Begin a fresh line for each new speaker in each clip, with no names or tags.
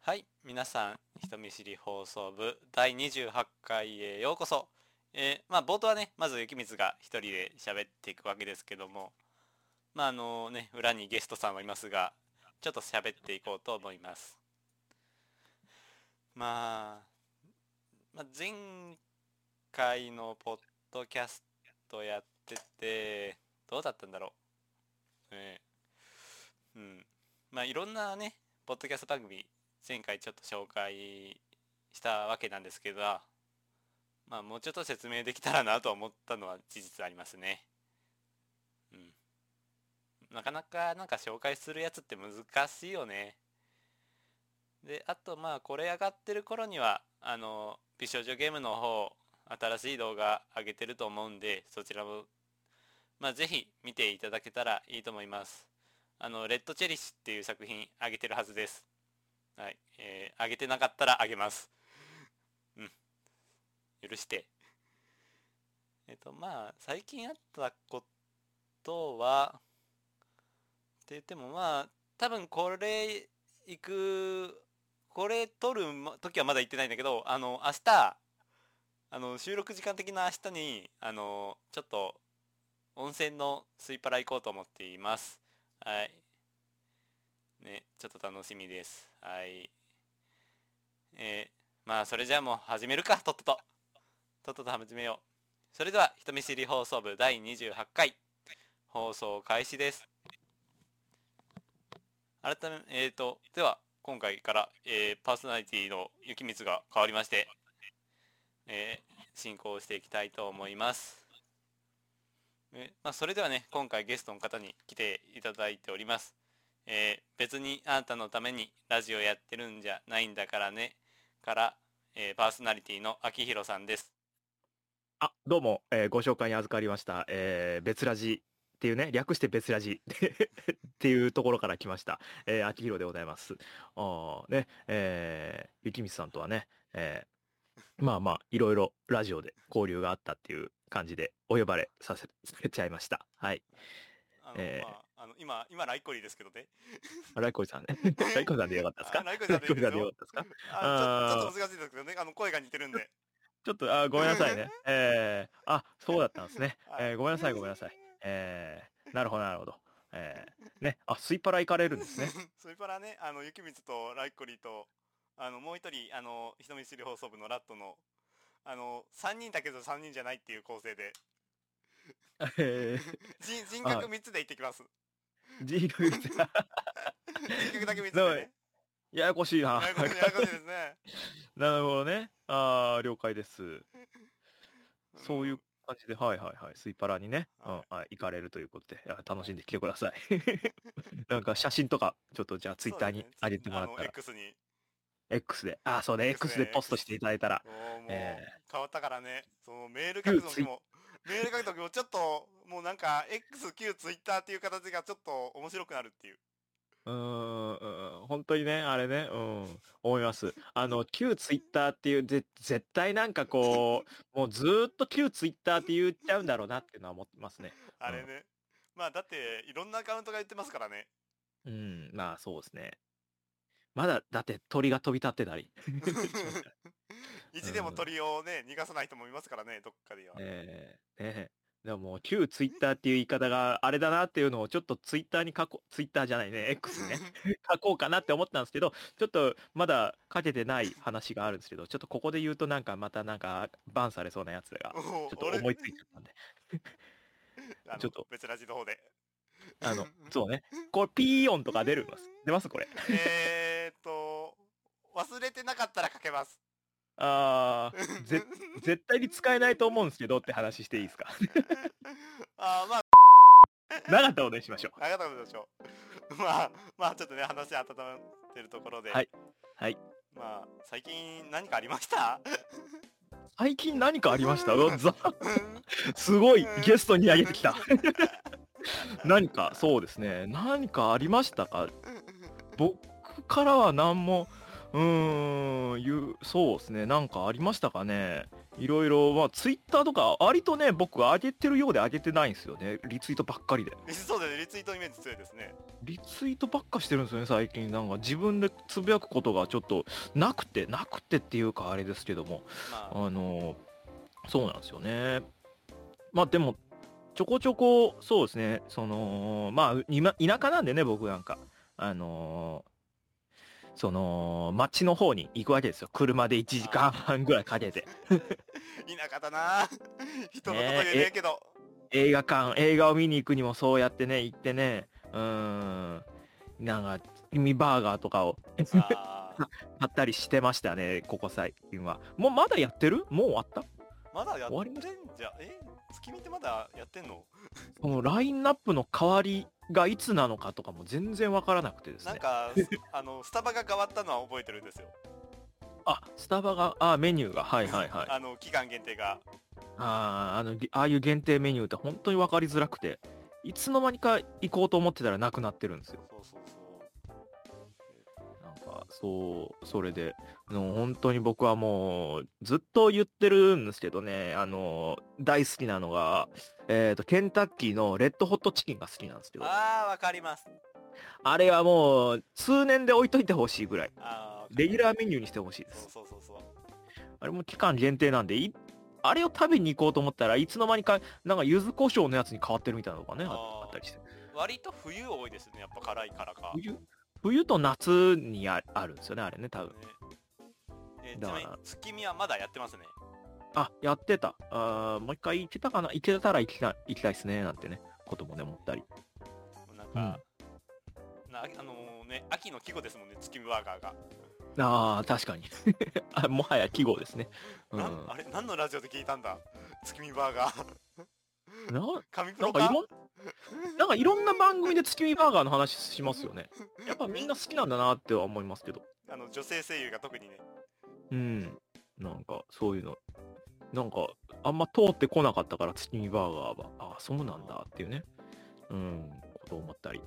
はい、皆さん、人見知り放送部第28回へようこそ。えーまあ、冒頭はね、まず雪光が一人で喋っていくわけですけども、まあ、あのね、裏にゲストさんはいますが、ちょっと喋っていこうと思います。まあ、まあ、前回のポッドキャストやってて、どうだったんだろう。ねえうん。まあ、いろんなね、ポッドキャスト番組前回ちょっと紹介したわけなんですけど、まあもうちょっと説明できたらなと思ったのは事実ありますね。うん。なかなかなんか紹介するやつって難しいよね。で、あとまあこれ上がってる頃には、あの、美少女ゲームの方、新しい動画上げてると思うんで、そちらも、まあぜひ見ていただけたらいいと思います。あの、レッドチェリッシュっていう作品上げてるはずです。はい。えー、あげてなかったらあげます。うん。許して。えっと、まあ、最近あったことは、って言ってもまあ、多分これ行く、これ撮るま時はまだ行ってないんだけど、あの、明日、あの、収録時間的な明日に、あの、ちょっと、温泉のスイパラ行こうと思っています。はい。ね、ちょっと楽しみです。はい。えー、まあ、それじゃあもう始めるか、とっとと。とっとと始めよう。それでは、人見知り放送部第28回、放送開始です。改め、えーと、では、今回から、えーパーソナリティの雪光が変わりまして、えー進行していきたいと思います。えまあ、それではね、今回ゲストの方に来ていただいております。えー別にあなたのためにラジオやってるんじゃないんだからねから、えーパーソナリティの秋広さんです。
あ、どうも、えーご紹介に預かりました。えー別ラジっていうね、略して別ラジ っていうところから来ました。えー、秋広でございます。あーね、えー、雪光さんとはね、えーまあまあ、いろいろラジオで交流があったっていう感じで、お呼ばれさせ、されちゃいました。はい。
あの、
え
ま
ー
あ、あの今、今、ライコリですけどね。
あライコイさん ね。ライコイさんでよかったですか
あライコイさんでいいですよ
ライコイさんでよかったですか
あのちょ
あー
ちょっと難しいですけどね、あの声が似てるんで。
ちょっと、あー、ごめんなさ いね。えーあ、そうだったんですね。えーごめんなさい、ごめんなさい。えーなるほど、なるほど。えーね、あ、スイパラ行かれるんですね。。
それからね、あの、雪光とライコリと、あの、もう一人、あの、人見知り放送部のラットの、あの、3人だけど3人じゃないっていう構成で、
え
人人格3つで行ってきます。
ー、ジーグルさん
人格だけ3つで ね。
ややこしいな。
ややこしいややこしいですね。
なるほどね。ああ、了解です。 そうい
ん
う感じで、はいはいはい。スイパラにね、うん
は
あ行かれるということで、いや楽しんできてください。 なんか写真とか、ちょっとじゃあツイッターに
そうですね
上げてもらった
あの
ら、
X に
X で、ああ、そうね、
X
X
ね
でポストしていただいたら、
もうもう
え
変わったからねそのメール書く時もメール書く時もちょっともうなんか XQ ツイッターっていう形がちょっと面白くなるっていう
うーん、うん本当にね、あれね、うん、思います。あの、旧ツイッターっていう、ぜ絶対なんかこう、もうずーっと旧ツイッターって言っちゃうんだろうなっていうのは思ってますね。
あれね、まあだっていろんなアカウントが言ってますから ね
うん、まあそうですね。まだ、だって鳥が飛び立ってたり。
意地でも鳥をね逃がさない人もいますからねどっかでは、
ええねえ。でももう旧ツイッターっていう言い方があれだなっていうのをちょっとツイッターに書こう、ツイッターじゃないね、X にね、書こうかなって思ったんですけど、ちょっとまだ書けてない話があるんですけど、ちょっとここで言うとなんかまたなんかバンされそうなやつが、ちょ
お
っと思いついち ゃったんで。
あの
ちょっと
別ラジの方で
あ の、そう ね。これピー音とか出るます。出ますこれ。
えーっと忘れてなかったら書けます
あー、ぜ、絶対に使えないと思うんですけどって話していいですか。
あーまあ
なかったことにしましょう。
ありがとうございましょ う。まあ、まあ、ちょっとね、話温まってるところで。
はいはい。
まあ、最近何かありました
最近何かありましたうわざ
うん
すごいゲストに上げてきた何かそうですね何かありましたか僕からは何もうーん言うそうですね何かありましたかねいろいろ、まあ、ツイッターとか、割とね、僕、上げてるようで上げてないんですよね。リツイートばっかりで。
そうだねリツイートイメージ強いですね
リツイートばっかしてるんですよね、最近。なんか、自分でつぶやくことがちょっと、なくて、なくてっていうか、あれですけども、
まあ
あの、そうなんですよね。まあ、でも、ちょこちょこ、そうですね、その、まあ、今田舎なんでね、僕なんか。あのその、町の方に行くわけですよ。車で1時間半ぐらいかけて。
田舎だな人のこと言えねえけど、
映画館、映画を見に行くにもそうやってね、行ってね、うーん、なんか、ミバーガーとかを
あー
買ったりしてましたね、ここ最近は。もうまだやってるもう終わった
まだやって
終わり
ん
まし
じゃえ月見ってまだやってんの
このラインナップの変わりがいつなのかとかも全然わからなくてです
なん
ね。
かあのスタバが変わったのは覚えてるんですよ、
あ、スタバが、あ、メニューが、はいはいはい。あ
あの期間限定が
あーあの、ぎああいう限定メニューって本当にわかりづらくて、いつの間にか行こうと思ってたらなくなってるんですよ。
そうそうそ
なんか、そう、それで、あの本当に僕はもう、ずっと言ってるんですけどね、あの、大好きなのが、えっ、と、ケンタッキーのレッドホットチキンが好きなんですけ
う
ど、あ
ああわかります
れはもう、通年で置いといてほしいぐらい、
あー
レギュラーメニューにしてほしいです。
そうそうそうそう
あれも期間限定なんで、いあれを食べに行こうと思ったらいつの間にか、なんか、柚子胡椒のやつに変わってるみたいなのがね、あ
あー
あったりして。
割と冬多いですねやっぱ辛いからか、ね
冬、冬と夏にああるんですよね、あれね、多分。
えーち
だ
な
か
みに
ら
月見はまだやってますね
あ、やってた。あーもう一回行けたかな行けたら行きた行きたいですね。なんてね、こともね、思ったり。
なんか、なあのね秋の季語ですもんね月見バーガーが、
ああ、確かに あ。もはや季語ですね。うん。
な
なん
あれ何のラジオで聞いたんだ月見バーガー 神プ
な
ロ
んか
か
いろん、なんかいろんな番組で月見バーガーの話しますよね。やっぱみんな好きなんだなっては思いますけど。
あの女性声優が特にね
うん。なんか、そういうの。なんか、あんま通ってこなかったから月見バーガーは。ああ、そうなんだっていうね。うん。ことを思ったり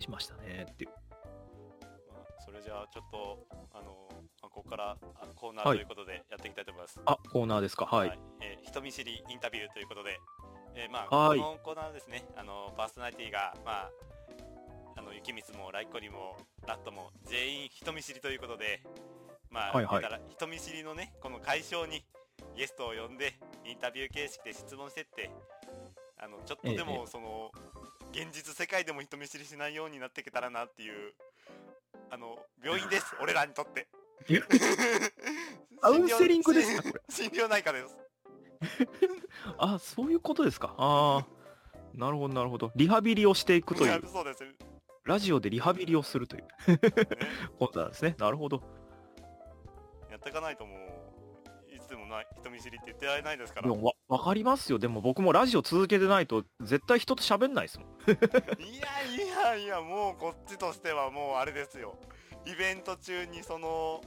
しましたねっていう。
まあそれじゃあちょっとあのまあここからあコーナーと
はい
いうことでやっていきたいと思います。
あ、コーナーですか。はい。
えー人見知りインタビューということで、えーまあ、
はい
このコーナーはですねあのパーソナリティがまああの雪光もライコリもラットも全員人見知りということで、まあ、
はいはい
だから人見知りのねこの解消にゲストを呼んでインタビュー形式で質問してってあのちょっとで
えええ
もその、現実世界でも人見知りしないようになっていけたらなっていうあの病院です 俺らにとって
カウンセリングですか
診療
これ
診療内科です
あ、そういうことですか。ああ、なるほど、なるほど。リハビリをしていくという、
そうです、ね、
ラジオでリハビリをするということなんですね。なるほど。
やっていかないともういつでもない人見知りって言ってられないですか
で
ら
もわ、わかりますよ。でも僕もラジオ続けてないと、絶対人と喋んないですもん。
いやいやいやもうこっちとしてはもうあれですよイベント中にその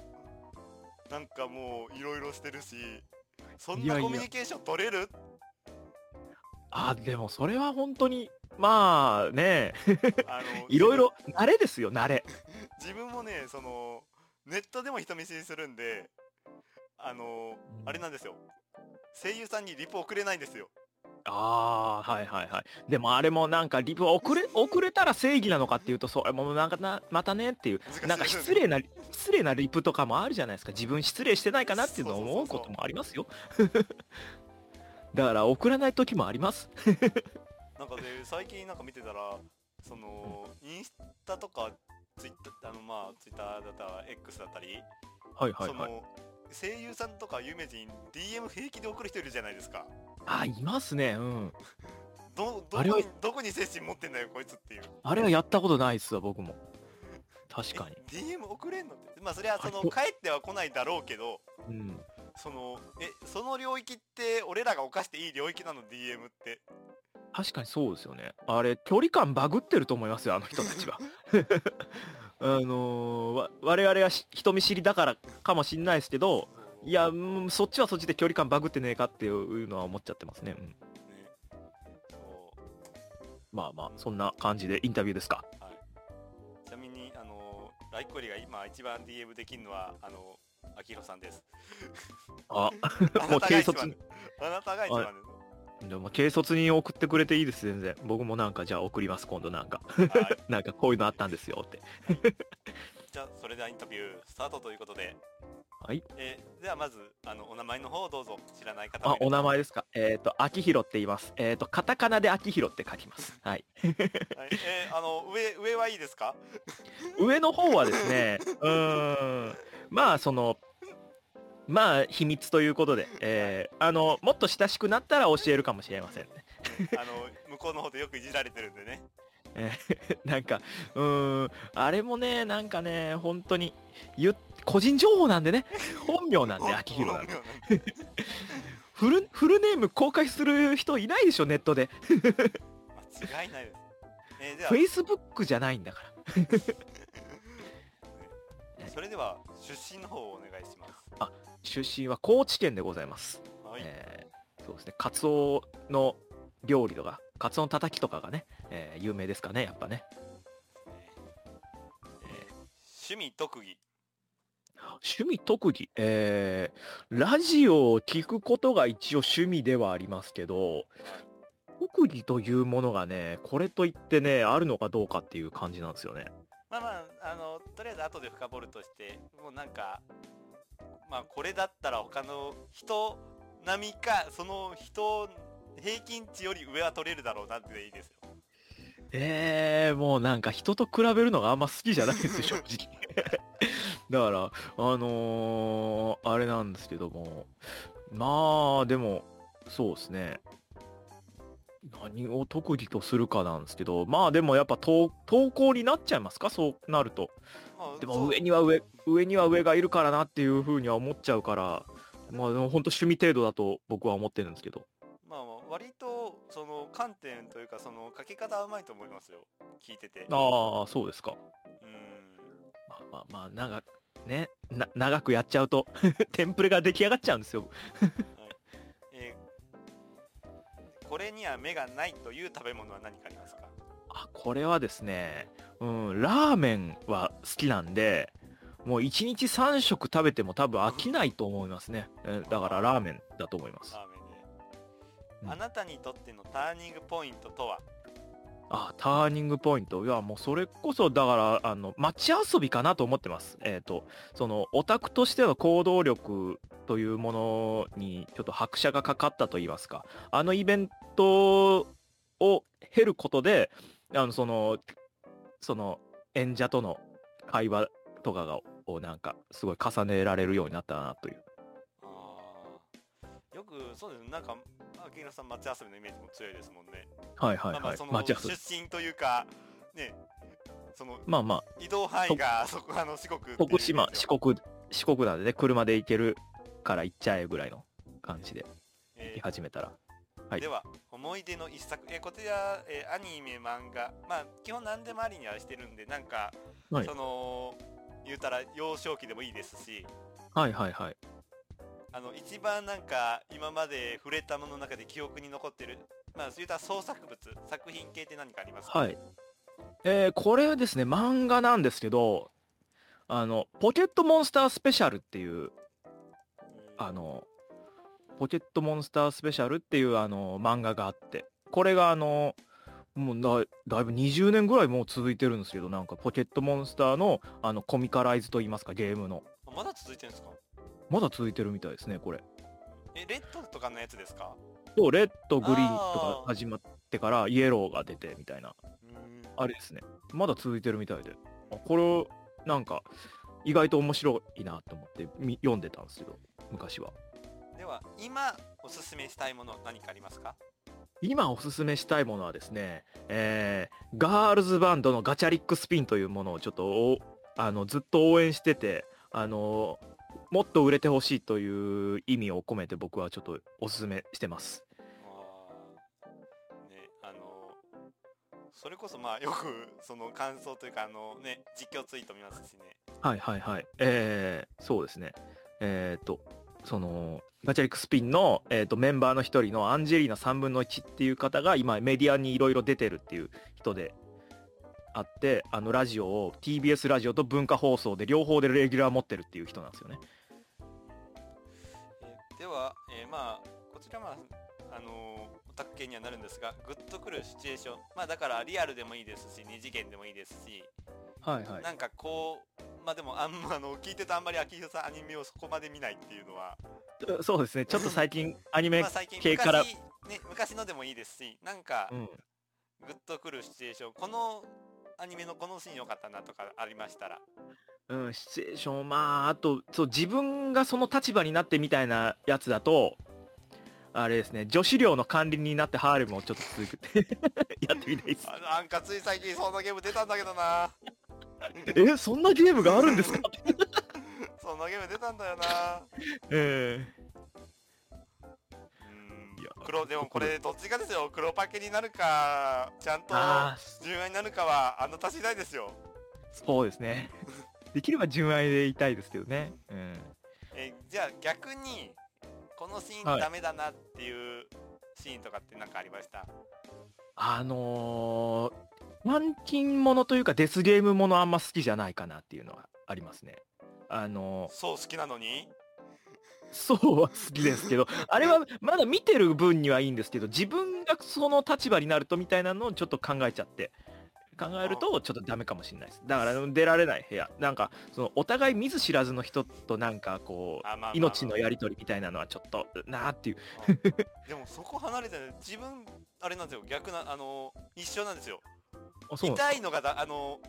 なんかもういろいろしてるしそん
いや
ない
や
コミュニケーション取れる
あーでもそれは本当に、まあね、
あ の
いろいろ、慣れですよ、慣れ。
自分もねそのネットでも人見知りするんであのあれなんですよ声優さんにリポ送れないんですよ
ああ、はいはいはい。でもあれもなんか、リプ 遅れ、遅れたら正義なのかっていうと、それもなんかな、またねっていう、
難しい
なんか失礼な、失礼なリプとかもあるじゃないですか。自分失礼してないかなっていうのを
そうそう
思
そう
う
そう
こともあります よ。だから送らない時もあります。
なんかで最近なんか見てたらそのインスタとかツイッターあのまあツイッターだったら X だったり、
はいはいはい。
その声優さんとか有名人 DM 平気で送る人いるじゃないですか
あ、いますね。うん。
どどこ
あれは
にどこに精神持ってんだよこいつっていう
あれはやったことないっすわ、僕も。確かに。
え DM 送れんのってまあそれはその
はい
帰っては来ないだろうけど
うん。
そのえその領域って俺らが犯していい領域なの DM って
確かにそうですよね。あれ、距離感バグってると思いますよ、あの人たちは。あのーわ我々はし人見知りだからかもしんないですけど、いや、うんそっちはそっちで距離感バグってねえかっていうのは思っちゃってますね。うん、
ねそう
まあまあ、そんな感じでインタビューですか。
ちなみに、あの、ライコリが今一番 DM できるのは、あの、あきひろさん です。
あ、
あなたが
軽
一
率
番です。あなたが一番です。
でも軽率に送ってくれていいです、全然。僕もなんか、じゃあ送ります、今度なんか。
はい。
なんか、こういうのあったんですよって。
じゃあ、それではインタビュースタートということで。
はい。
えーではまず、あの、お名前の方をどうぞ。知らない方も
あ
い、る
お名前ですか。えっ、と、秋広って言います。えっ、と、カタカナで秋広って書きます。はい。
はい、えーあの、上、上はいいですか
上の方はで すね、うーん、まあ、その、まあ、秘密ということで、えーあの、もっと親しくなったら教えるかもしれませんね。
あの、向こうの方でよくいじられてるんでね。
えーなんか、うーん、あれもね、なんかね、本当に、ゆ個人情報なんで ね、本名なんで、秋広なんで。
本名なんで
フル、フルネーム公開する人いないでしょ、ネットで。
間違いないです。えーでは
Facebook じゃないんだから。
それでは出身の方をお願いします。
出身は高知県でございます。
はい。
えーそうですね、カツオの料理とか、カツオのたたきとかがね、えー有名ですかね、やっぱね。
えー趣味特技。
趣味特技、えー、ラジオを聞くことが一応趣味ではありますけど、特技というものがね、これといってね、あるのかどうかっていう感じなんですよね。
まあまあ、あの、とりあえず後で深掘るとして、もうなんか、まあこれだったら他の人並みか、その人平均値より上は取れるだろうなんていいですよ。
えー、もうなんか人と比べるのがあんま好きじゃない ですよ、正直。だから、あのー、あれなんですけども、まあ、でも、そうですね。何を特技とするかなんですけど、まあでもやっぱ投投稿になっちゃいますかそうなると。
まあ
で
そ
も
う
上には上、上には上がいるからなっていうふうには思っちゃうから、まあでも本当趣味程度だと僕は思ってるんですけど。
まあまあ、割と、その観点というか、その書き方はうまいと思いますよ。聞いてて。
ああ、そうですか。
うん。
まあまあまあ、長く、ね、な長くやっちゃうと、 テンプレが出来上がっちゃうんですよ。
えーこれには目がないという食べ物は何かありますか
あ、これはですね、うん、ラーメンは好きなんで、もう1日3食食べても多分飽きないと思いますね。えだからラーメンだと思います。
ラーメンで、
うん
あなたにとってのターニングポイントとは
あ、ターニングポイント。いや、もうそれこそ、だから、あの、街遊びかなと思ってます。えっ、と、その、オタクとしての行動力というものに、ちょっと拍車がかかったと言いますか。あのイベントを経ることで、あの、その、その、演者との会話とかが、をなんか、すごい重ねられるようになったなという。
よくそうですねなんか秋野さん街遊びのイメージも強いですもんね、
はいはい
まあま
は
あ
い
そ。の
街遊び。
出身というかねその
まあまあ、
移動範囲がそこあの四国っていう
徳島
イメージ
四
は
国四国なんでね車で行けるから行っちゃえぐらいの感じで
えー
行き始めたらはい
では思い出の一作、えーこちら、えーアニメ漫画まあ基本何でもありにはしてるんでなんか、
はい
その言うたら幼少期でもいいですし
はいはいはい
あの一番なんか今まで触れたものの中で記憶に残ってるまあ言うたら創作物作品系って何かありますか
はいえーこれはですね漫画なんですけどあのポケットモンスタースペシャルっていうあのポケットモンスタースペシャルっていうあの漫画があってこれがあのもうだだいぶ20年ぐらいもう続いてるんですけどなんかポケットモンスターのあのコミカライズといいますかゲームの
あまだ続いてるんですか
まだ続いてるみたいですねこれ
えレッドとかのやつですか
そう、レッド、グリーンとか
あー
始まってから、イエローが出てみたいな、
うん
あれですね。まだ続いてるみたいで。あこれを、なんか、意外と面白いなと思ってみ読んでたんですけど、昔は。
では今おすすめしたいもの何かありますか
今おすすめしたいものはですね、えー、ガールズバンドのガチャリックスピンというものをちょっとおあのずっと応援してて、あのもっと売れてほしいという意味を込めて僕はちょっとおすすめしてます。
あーねあのそれこそまあよくその感想というかあのね実況ツイート見ますしね
はいはいはい。えー、そうですね。えっ、と、その、ガチャリックスピンの、えー、とメンバーの一人のアンジェリーナ3分の1っていう方が今メディアにいろいろ出てるっていう人であって、あのラジオを TBS ラジオと文化放送で両方でレギュラー持ってるっていう人なんですよ
う
ね。
んえーまあこちらまああのーオタク系にはなるんですがグッとくるシチュエーションまあだからリアルでもいいですし二次元でもいいですし、
はいはい
なんかこうまあでもあんまあの聞いてたあんまり秋広さんアニメをそこまで見ないっていうのは、
そうですねちょっと最近アニメ
まあ、最近
系
昔,、
から
ね、昔のでもいいですしなんか
うん
グッとくるシチュエーションこのアニメのこのシーン良かったなとかありましたら
うん、シチュエーション、まあ、あと、そう、自分がその立場になってみたいなやつだと、あれですね、女子寮の管理人になってハーレムをちょっと続けて やってみたいです。
あのなんかつい最近そんなゲーム出たんだけどな
え、そんなゲームがあるんですか
そんなゲーム出たんだよな
え
うん
いや
黒でもこれどっちがですよ黒パケになるかちゃん
えああ
と、純愛になるかはあなた次第ですよ
そうですね。できれば純愛でいたいですけどね。うん。
えーじゃあ逆にこのシー
は
ン
い
ダメだなっていうシーンとかって何かありました、
あのー、軟禁ものというかデスゲームものあんま好きじゃないかなっていうのはありますね。あのー、
そう好きなのに
そうは好きです けど、あれはまだ見てる分にはいいんですけど、自分がその立場になるとみたいなのをちょっと考えちゃって、考えるとちょっとダメかもしれないです。だから出られない部屋、なんかそのお互い見ず知らずの人となんかこう、
あまあまあまあ
命のやり取りみたいなのはちょっとなーっていう。
でもそこ離れてない自分あれなんですよ逆なあの一緒なんですよ
あ、そうなんです
痛いのがだあの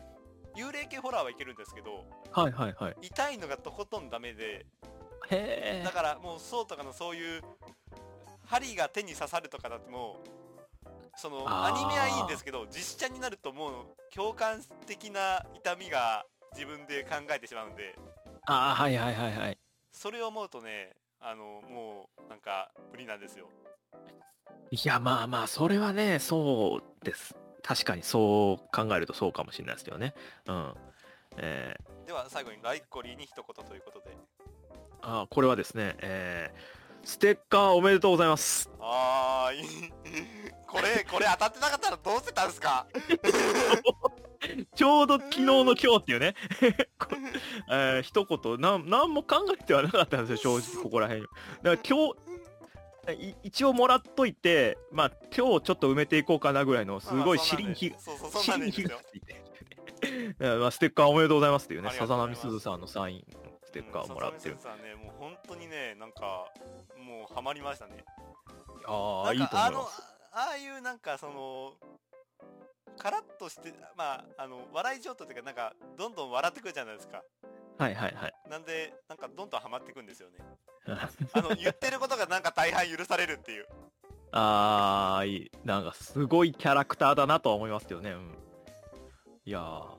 幽霊系ホラーはいけるんですけど
かはいはいはい。
痛いのがとことんダメで
へ
だからもうそうとかのそういう針が手に刺さるとかだってもうそのア
あー
ニメはいいんですけど実写になるともう共感的な痛みが自分で考えてしまうんで
ー。ああ、はいはいはいはい。
それを思うとねあのもうなんか無理なんですよ
いやまあまあ、それはね、そうです。確かにそう考えるとそうかもしれないですけどね。うん。えー
では最後にライコリーに一言ということで
あこれはですね、えーステッカーおめでとうございます。
あーいい これこれ当たってなかったらどうしてたんですか
ちょうど昨日の今日っていうね、こえー一言なん、何も考えてはなかったんですよ、正直ここら辺。だから今日、い一応もらっといて、まあ今日ちょっと埋めていこうかなぐらいの、 すごい尻に火が、
そうそうそんな
尻
んでいいん
に
です
火が
よ
ついて。 だからまあステッカーおめでとうございますっていうね、
ありが
さ
とう
ざ
ござい
な
ま
み
す
すずさんのサインのステッカーをもらって
う
る
ん。笹上先生はねもう本当にねなんかもうハマりましたね
ああ、いい
なん
と思
か
いま
の
す。
ああいうなんかそのカラッとしてまああの笑い上等というかなんかどんどん笑ってくるじゃないですか
はいはいはい。
なんでなんかどんどんハマってくんですよね
あ
あ の言ってることがなんか大半許されるっていう
あー、いい。なんかすごいキャラクターだなとは思いますけどね。うん、いや
ち
ー、
ょ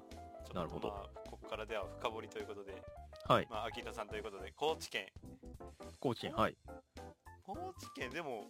っと
なるほど
まあここからでは深掘りということで
はい。
まあ秋田さんということで高知県
高知、はい。
高知県でも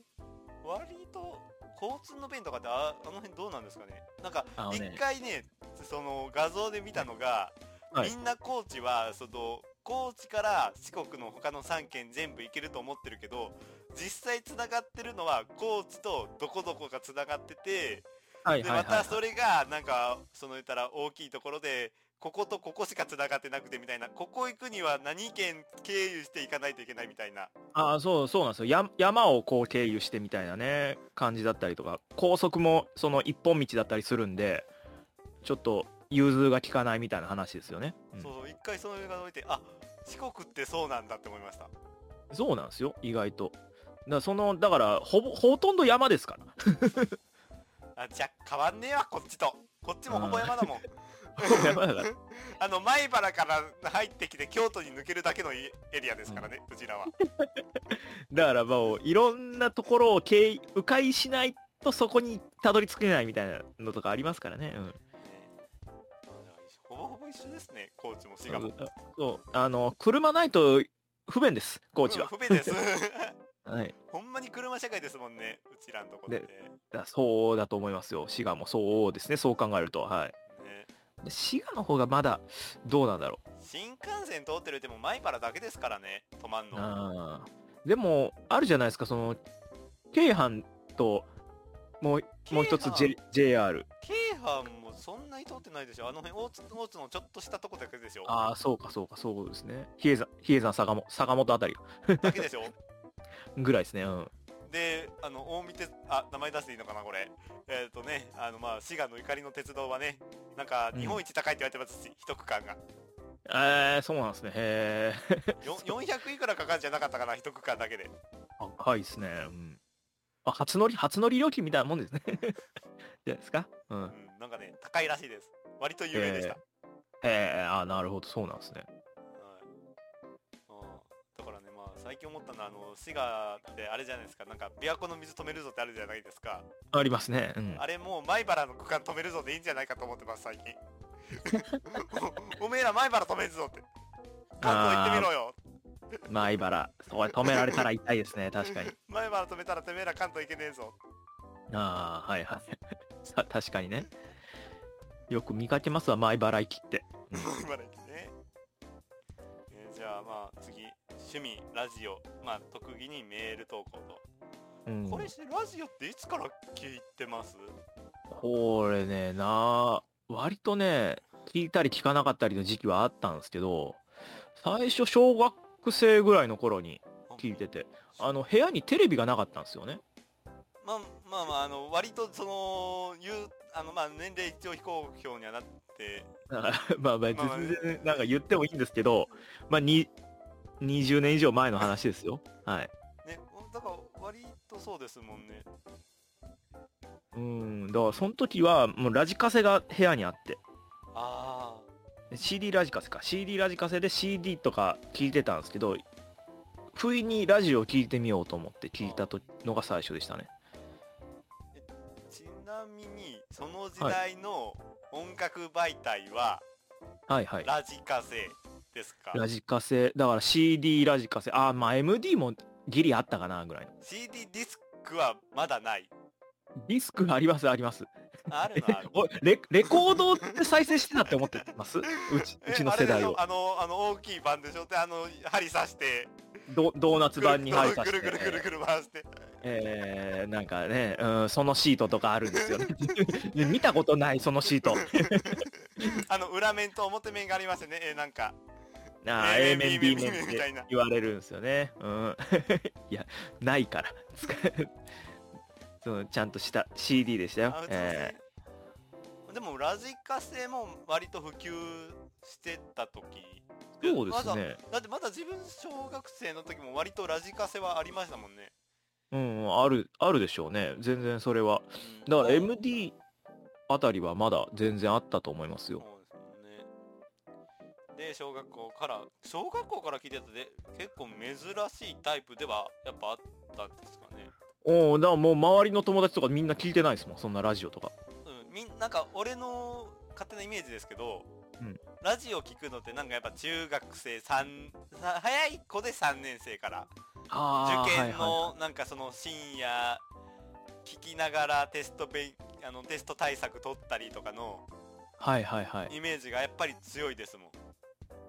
割と交通の便とかってああの辺どうなんですかねなんか
あの
一
ね
回ねその画像で見たのが、
はい
みんな高知はその高知から四国の他の3県全部行けると思ってるけど実際つながってるのは高知とどこどこがつながってて
はい
で
はいは
ま
い、は
た
い
それがなんかその言ったら大きいところでこことここしかつながってなくてみたいなここ行くには何県経由していかないといけないみたいな
ああ、そう、そうなんですよ。や山をこう経由してみたいなね、感じだったりとか、高速もその一本道だったりするんで、ちょっと融通が利かないみたいな話ですよね。うん
そうそう一回その映画を見てあ四国ってそうなんだって思いました
そうなんですよ、意外と。だからその、だから、ほぼ、ほとんど山で すから。
あじゃ変わんねえわこっちとこっちもほぼ山だもん
山だから。
あの米原から入ってきて京都に抜けるだけのいエリアですからね、うちらは
だからもういろんなところを経由迂回しないとそこにたどり着けないみたいなのとかありますからね。うん
ほぼほぼ一緒ですね高知も滋賀も
そうあの車ないと不便です高知は。
うん不便です
はい、
ほんまに車社会ですもんねうちらのとこって、ね
ねだそうだと思いますよ滋賀もそうですねそう考えるとはい。で滋賀の方がまだどうなんだろ
新幹線通ってるっても米原だけですからね止まん
う。
のあ
あーでもあるじゃないですかその京阪ともうもう一つ、J、JR。
京阪もそんなに通ってないでしょあの辺大津大津のちょっとしたとこだけでしょ
ああそうかそうかそうですね。比叡山比叡山坂本坂本あたり
だけでしょ
ぐらいですね。うん。
で、あの、大見て、あ、名前出していいのかな、これ。えっ、とね、あの、まあ、滋賀の怒りの鉄道はね、なんか、
うん
日本一高いって言われてますし、一区 間が。
えー、そうなんですね。へえ。
よ400いくらかかるんじゃなかったかな、一区間だけで。
高いですね。うん。あ、初乗り、初乗り料金みたいなもんですね。 じゃないですか。う。
うんん、なんかね、高いらしいです。割と有名でした。
へえ、あ、なるほど、そうなんですね。
はいあーだからね、まあ、最近思ったのは、あの、滋賀ってあれじゃないですか、なんか、琵琶湖の水止めるぞってあるじゃないですか。
ありますね。うん。
あれもう、米原の区間止めるぞでいいんじゃないかと思ってます、最近。 おおめえら米原止めるぞって。関東行ってみろよ。
前原、そう止められたら痛いです ね。確かに。
米原止めたらてめえら関東行けねえぞ。
ああ、はい はい。さ確かにね。よく見かけますわ、前払い切って。
米原行ってね。えーじゃあまあ次趣味ラジオまあ特技にメール投稿と、
うん、
これしてラジオっていつから聞いてます
これね、な、割とね、聞いたり聞かなかったりの時期はあったんですけど、最初小学生ぐらいの頃に聞いてて、あの、部屋にテレビがなかったんですよね。
まあまあまあ、あの、割とその、言う、あの、まあ、年齢一応非公表にはなって、
まあまあ、全然なんか言ってもいいんですけど、まあ、に、20年以上前の話ですよ。はい。
ね、だから割とそうですもんね。
うん、だからその時は、もうラジカセが部屋にあって、
あ
CD ラジカセか CD ラジカセで CD とか聞いてたんですけど不意にラジオを聞いてみようと思って聞いたとのが最初でしたね
あ、ちなみに、その時代の音楽媒体は、
はいはい
ラジカセですか、
ラジカセだから CD ラジカセあーまあ MD もギリあったかなぐらいの
?CD ディスクはまだ ない。
ディスクありますあります
あるのある
おレレコードで再生してたって思ってますうちう
え
ちの
あれ
世
で
代
し
を
ょあの、あの、大きい版でしょって、あの、針刺して、
ドドーナツ版に入った
ぐるぐるぐるぐる回して。
えー、なんかね、うん、そのシートとかあるんですよね見たことないそのシート
あの、裏面と表面がありましたね、えーなんか。
なあ、
A
A
面
面
B
B
面
面
み
った
いな
て言われるんですよね。うん。いや、ないから。使えそのちゃんとした CD でしたよ
あう。ちの
え
ねでもラジカセも割と普及してた時
ーそうです
まだ
ね。
だってまだ自分小学生の時も割とラジカセはありましたもんね、
うん、ある、あるでしょうね。全然それは。
うん
だから MD あたりはまだ全然あったと思います
そう
よ。
ですもんねで小学校から小学校から聞いてたで結構珍しいタイプではやっぱあったんですかね
おお、だからもう周りの友達とかみんな聞いてないですもん。そんなラジオとか。
うんみんなんか俺の勝手なイメージですけど、
うん
ラジオ聞くのってなんかやっぱ中学生3さ早い子で3年生から
あ
受
ーはい
験
は
のなんかその深夜聞きながらテスト勉あのテスト対策取ったりとかの
い。はいはいはい。
イメージがやっぱり強いですもん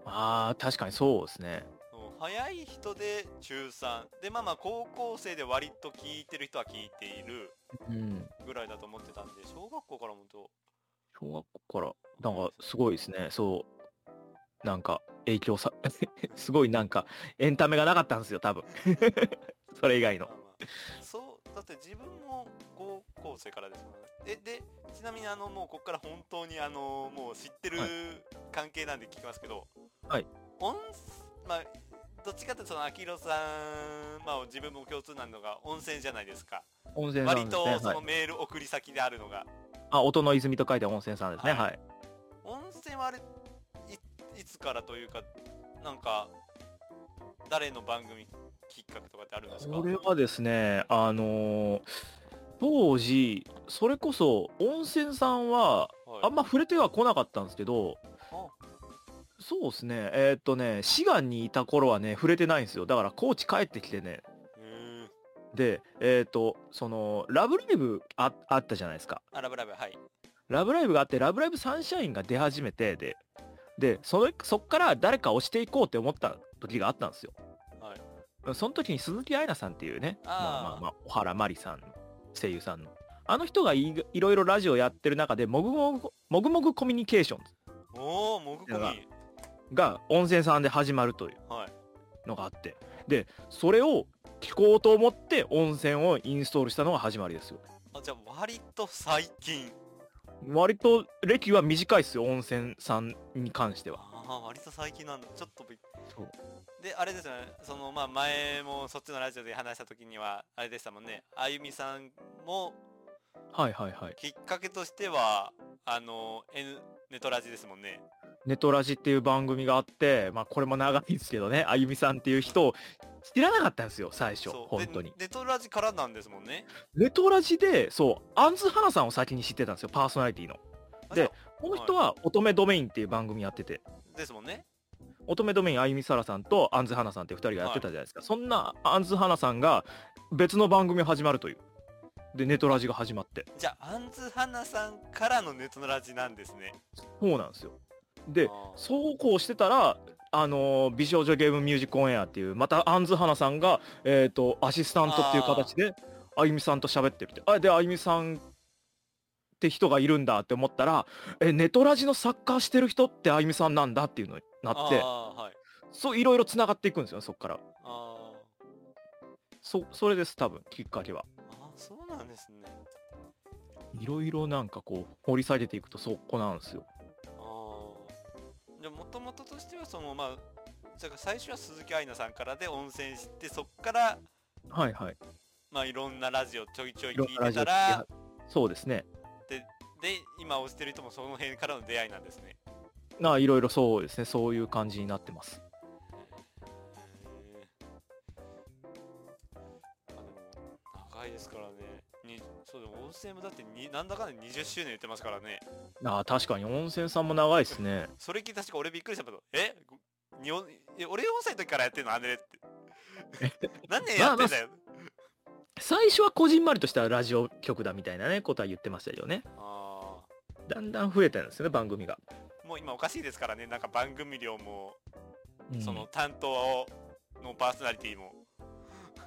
ああ、確かにそうですね。
そう早い人で中3でまあまあ高校生で割と聞いてる人は聞いている
うん。
ぐらいだと思ってたんで小学校からもと
小学校からなんかすごいですね。そう。なんか影響さ、 すごいなんかエンタメがなかったんですよ、多分。 それ以外の
ま。あまあそうだって自分も高校生からですもんねででちなみにあのもうここから本当にあのもう知ってる
はい
関係なんで聞きますけど
はい
音まあどっちかっていうとそのアキロさんまあ自分も共通なのが温泉じゃないですか
温泉さん
割
ですね。
とそ
はい
の、メール送り先であるのが、
あ、音の泉と書いて温泉さんですね。
はい
はい。
温泉はあれいいつからというかなんか誰の番組きっかけとかってあるんですか
これはですね、あのー当時、それこそ温泉さん
は
は
い
あんま触れては来なかったんですけど、
あ
そうですね、えーっとね、滋賀にいた頃はね、触れてないんですよ。だから高知帰ってきてね、
へー
で、えーっと、その、ラブライブああったじゃないですか。
あラブラブはい
ラブライブがあって、ラブライブサンシャインが出始めて、で、で、その、そっから誰か押していこうって思った時があったんですよ。
はい
その時に鈴木愛菜さんっていうね、まあま
あー
あまあ、小原まりさん、声優さんの。あの人がいいろいろラジオやってる中で、もぐもぐ、もぐもぐコミュニケーション
おお、もぐこみ。
だが温泉さんで始まるという
はい。
のがあって、でそれを聞こうと思って温泉をインストールしたのが始まりですよ
あじゃあ割と最近
割と歴は短いですよ温泉さんに関しては
ああ割と最近なんだちょっとびっ
そう
であれですよねそのまあ前もそっちのラジオで話した時にはあれでしたもんねあゆみさんも
はいはいはい
きっかけとしてはあの N ネトラジですもんね
「ネトラジ」っていう番組があってまあこれも長いんですけどねあゆみさんっていう人を知らなかったんですよ最初
そう
本当に
でネトラジからなんですもんね
ネトラジでそうアンズ花さんを先に知ってたんですよパーソナリティの
あ
で
じゃ
この人は乙女ドメインっていう番組やってて
あですもんね
乙女ドメインあゆみさらさんとアンズ花さんっていう2人がやってたじゃないですか、そんなアンズ花さんが別の番組始まるというでネトラジが始まって
じゃあアンズハナさんからのネトラジなんですね
そうなんですよで
あー
そうこうしてたらあのー美少女ゲームミュージックオンエアっていうまたアンズ花さんがえっ、とアシスタントっていう形であゆみさんと喋ってるってあであゆみさんって人がいるんだって思ったらえネトラジのサッカーしてる人ってあゆみさんなんだっていうのになって
あーはい
そういろいろつながっていくんですよねそっから
あー
そそれです多分きっかけは
あそうなんですね
いろいろなんかこう掘り下げていくとそこなんですよ
ああじゃあもともととしてはそのまあだから最初は鈴木愛菜さんからで温泉知ってそっから
はいはい
まあいろんなラジオちょいちょい
い
聞
ろ
い
んなラ
て
ジオ
た
いや
ら
そうですね
で今推してる人もその辺からの出会いなんですね
なあいろいろそうですねそういう感じになってます
へーあでも長いですからねにそうでも温泉もだってになんだかんだ20周年言ってますからね
ああ確かに温泉さんも長いですね
それ聞いたしか俺びっくりしたけどえごにおえ俺4歳の時からやってんのアネレって 何年やってんだよ、
最初はこじんまりとしたラジオ局だみたいなねことは言ってましたよね
ああ
だんだん増えてるんですよね番組が、
もう今おかしいですからねなんか番組量も、
うん、
その担当のパーソナリティも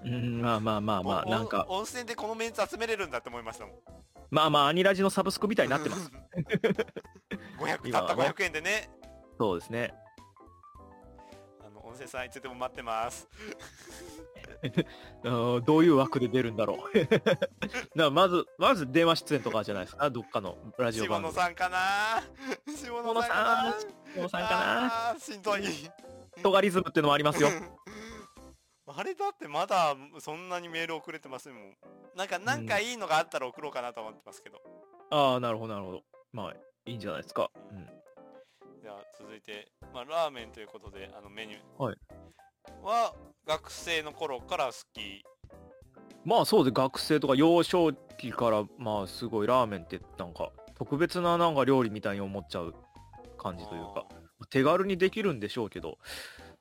うんまあまあまあまあ
お
なんか
お温泉でこのメンツ集めれるんだって思いましたもん
まあまあアニラジのサブスクみたいにな ってます
500
今
たった
はね
500円でね
そうですね
あの温泉さんいつでも待ってます
うんどういう枠で出るんだろうだ からまずまず電話出演とかじゃないですかどっかのラジオ
下
番
野
組
さんかな 下野さんかな
下野さんか
あーしんどい
なトガリズムってのもありますよ
あれだって まだそんなにメール送れてませんもんなんかなんかいいのがあったら送ろうかなと思ってますけど、
ああなるほどなるほどまあいいんじゃないですか、うん、
じゃあ続いて、まあ、ラーメンということであのメニュー
はい
は学生の頃から好き
まあそうで学生とか幼少期からまあすごいラーメンってなんか特別ななんか料理みたいに思っちゃう感じというか手軽にできるんでしょうけど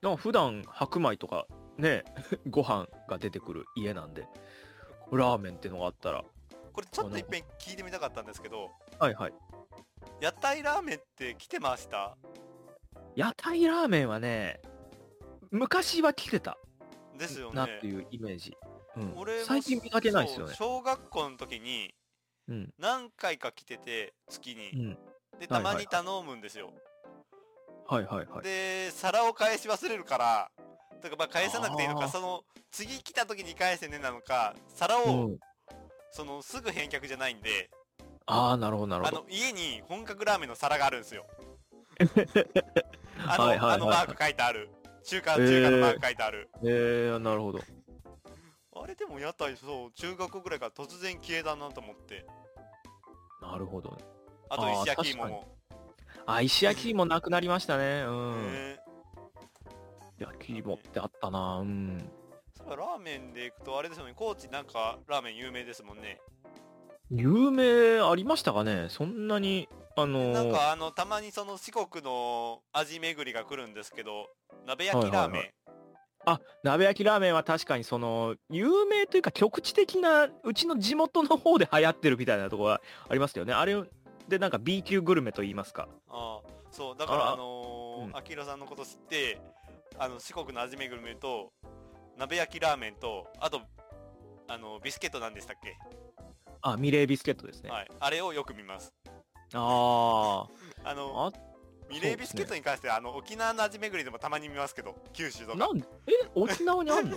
なんか普段白米とかね ご飯が出てくる家なんでラーメンってのがあったら
あーこれちょっといっぺん聞いてみたかったんですけど
はいはい
屋台ラーメンって来てました
屋台ラーメンはね昔は来てた
ですよね
なっていうイメージ、うん
俺も
最近見かけないですよね
そう小学校の時に
うん
何回か来てて月
う
に、
ん
でたま
はい
に頼むんですよ、
はいはいはい
で皿を返し忘れるからだからまあ返さなくていいの
あ
か
ー
その次来た時に返せねなのか皿
う
を、
ん、
そのすぐ返却じゃないんで
ああなるほどなる
あ
ほど
の家に本格ラーメンの皿があるんですよ あの,、
はいはいはい
あのマーク書いてある中華中華のマーク書いてある、
えー、なるほど
あれでも屋台そう中学校ぐらいから突然消えたなと思って
なるほどね
あと
あー
石焼き芋も、
あ石焼き芋なくなりましたねう
へ
ん
え
焼き芋ってあったなうん
そういえばラーメンで行くとあれですよね高知なんかラーメン有名ですもんね
有名ありましたかねそんなにあの
なん
ー
かあのたまにその四国の味巡りが来るんですけど鍋焼きラーメン、
はいはいはあ鍋焼きラーメンは確かにその有名というか局地的なうちの地元の方で流行ってるみたいなところはありますよねあれでなんか B 級グルメと言いますか
ああそうだから
あ
あの
うん
ー、あきらさんのこと知ってあの四国の味巡り見ると鍋焼きラーメンとあとあのビスケットなんでしたっけ、
あミレービスケットですね、
はいあれをよく見ます
あ
あ
あ
の
あ
ミレービスケットに関しては、あの、沖縄の味巡りでもたまに見ますけど、九州とか。
なんえ沖縄にあんの、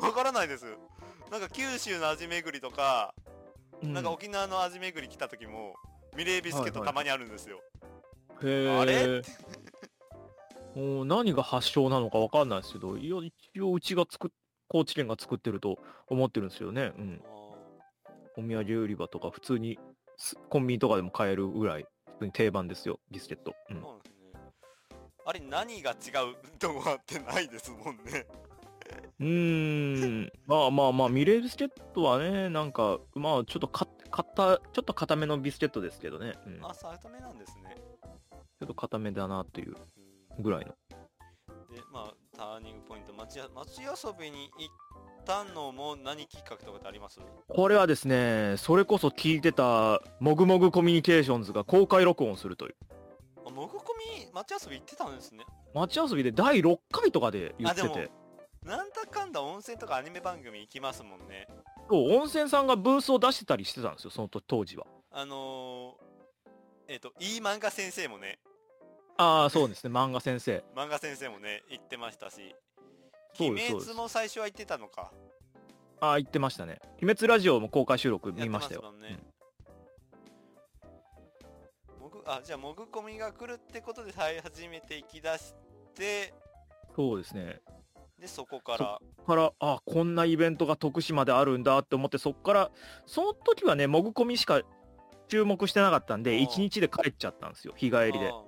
わからないです。なんか九州の味巡りとか、
う ん
なんか沖縄の味巡り来た時も、ミレービスケット
はいはい
たまにあるんですよ。
へー
あれ
もう何が発祥なのかわかんないですけど、いや一応うちが作っ高知県が作ってると思ってるんですよね。うん。お土産売り場とか普通にすコンビニとかでも買えるぐらい普通に定番ですよ、ビスケット。うん。
そうですね。あれ、何が違うとこってないですもんね。
うーん。まあまあまあ、ミレービスケットはね、なんか、まあちょっとか、かた、ちょっと固めのビスケットですけどね。うん。ちょ
あ、サルトメなんですね。
っと固めだなという
うん
ぐらいの。
でまあターニングポイント町や町遊びに行ったのも何きっかけとかってあります
これはですね、それこそ聞いてた、もぐもぐコミュニケーションズが公開録音するという。
あもぐこみ町遊び行ってたんですね
街遊びで第6回とかで言って
あで
て
もなんだかんだ温泉とかアニメ番組行きますもんね
そう温泉さんがブースを出してたりしてたんですよその時当時は
あのー、えっ、といい漫画先生もね
ああそうですね漫画先生
漫画先生もね行ってましたし
そう
鬼
ですそうで
滅
す
も最初は行ってたのか
ああ言ってましたね「鬼滅ラジオ」も公開収録
やっ
見
て
ましたよ
すもんねもぐあじゃあもぐこみが来るってことで最初めて行き出して
そうですね
でそこから
からあこんなイベントが徳島であるんだって思ってそっからその時はねもぐ込みしか注目してなかったん
あ
で
ー
1日で帰っちゃったんですよ日帰りで
あー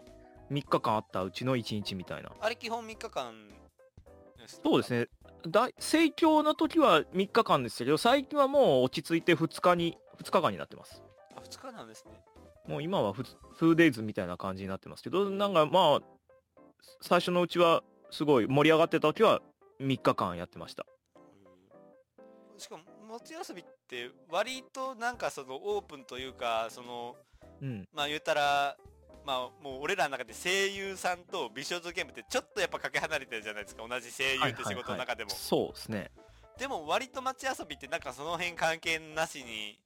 3日間あったうちの1日みたいな
あれ基本3日間
そうです
ね。
ね大盛況の時は3日間でしたけど最近はもう落ち着いて2日に2日間になってます
あ、2日なんですね。
もう今はフーデイズみたいな感じになってますけど、なんかまあ、最初のうちはすごい盛り上がってた時は3日間やってました。
しかも、餅遊びって、割となんかそのオープンというか、その、
うん。
まあ言うたら、まあもう俺らの中で声優さんと美少女ゲームってちょっとやっぱかけ離れてるじゃないですか。同じ声優って仕事の中でも。
そうですね。
でも割と街遊びってなんかその辺関係なしに、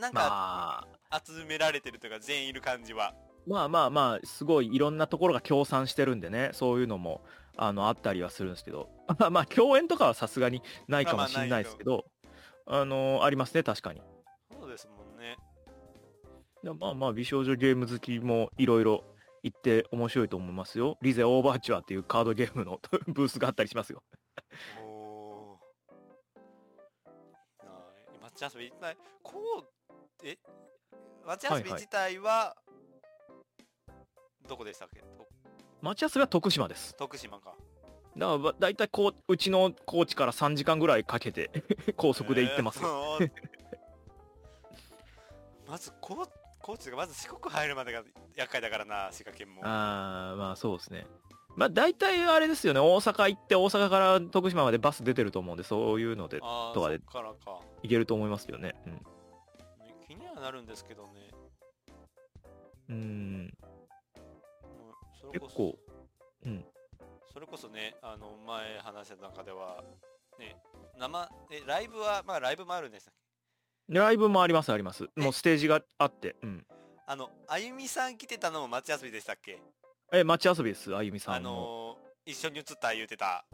なんか
まあ、
集められてるというか全員いる感じは。
まあまあまあ、すごいいろんなところが協賛してるんでね、そういうのも、あの、あったりはするんですけど、 まあまあ、共演とかはさすがにないかもしれないですけど、あの、ありますね、確かに。
そうですもんね。
でまあまあ、美少女ゲーム好きもいろいろ行って面白いと思いますよ。リゼオーバーチュアっていうカードゲームの ブースがあったりしますよ。
おーなあえ町遊び一体こうえ町遊
はい
び
はい
自体はどこでしたっけと
待ち合わせは徳島です。
徳島か
だからば、だいたいこう、うちの高知から3時間ぐらいかけて、 高速で行ってます
え。ー まず高高知がまず四国入るまでが厄介だからな滋賀県も
ああ、まあそうですね。まあ大体あれですよね、大阪行って大阪から徳島までバス出てると思うんで、そういうので
あー
とはね
そっからか
行けると思いますけどね。うん。
ね気にはなるんですけどね
うーん。
もうそれこ
結
そ
構、うん。
それこそね、あの、前話した中では、ね、生、え、ライブは、まあライブもあるんですけど。
ライブもあります、あります。もうステージがあって、うん。
あの、あゆみさん来てたのも町遊びでしたっけ
え、待ち合わせです、あゆみさ
あ
んの。
のー、一緒に映った言うてた。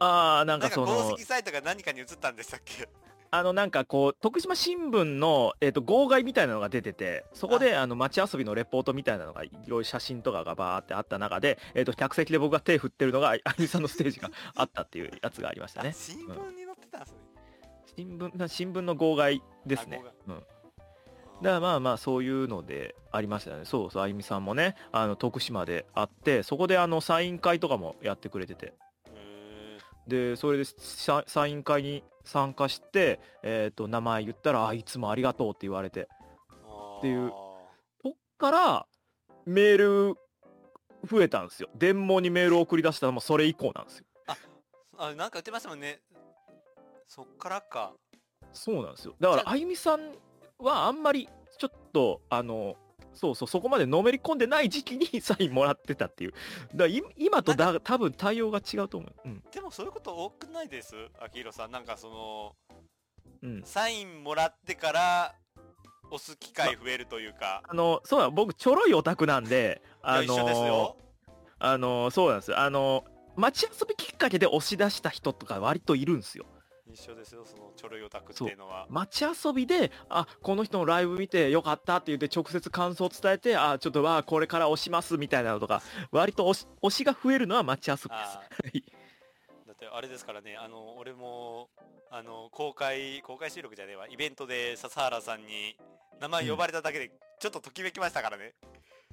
ああ、なん
なん
か
か
そ
公
の
式、サイトが何かに映ったんでしたっけ
あのなんかこう、徳島新聞の、えっ、と、号外みたいなのが出てて、そこであの街遊びのレポートみたいなのが、いろいろ写真とかがバーってあった中で、えっ、と、客席で僕が手振ってるのが、ああゆみさんのステー ジがあったっていうやつがありました
あ
ね。
新聞に載ってたんですね。
新聞、な新聞の号外ですね
あ号。
うん。
あー
だからまあまあそういうのでありましたよね。そうそう、あゆみさんもね、あの、徳島で会って、そこであの、サイン会とかもやってくれてて。
へ
でそれでササイン会に参加して、えー、と名前言ったら「あいつもありがとう」って言われて
ー
っていう
あー
そっからメール増えたんですよ電網にメールを送り出したのもそれ以降なんですよ
あ、なんか言ってましたもんね。そっからか。
そうなんですよだか
じ
ら
ゃあ
あゆみさんはあんまりちょっとあのそうそうそこまでのめり込んでない時期に サインもらってたっていうだからい今とだ多分対応が違うと思ううん
でもそういうこと多くないですアキヒロさん。なんかその、
うん
サインもらってから、押す機会増えるというか。
あの、そうだ、僕、ちょろいオタクなんで、あ
いや一緒ですよ
の、。あの、そうなんですよ。あの、街遊びきっかけで押し出した人とか割といるんですよ。
一緒ですよ、そのちょろいオタクっていうのは。
街遊びで、あ、この人のライブ見てよかったって言って直接感想を伝えて、あ、ちょっとわあ、これから押しますみたいなのとか、割と押し押しが増えるのは街遊びです。
あーだってあれですからね、あの、俺も、あの、公開、公開収録じゃねえわ、イベントで笹原さんに名前呼ばれただけで、ちょっとときめきましたからね。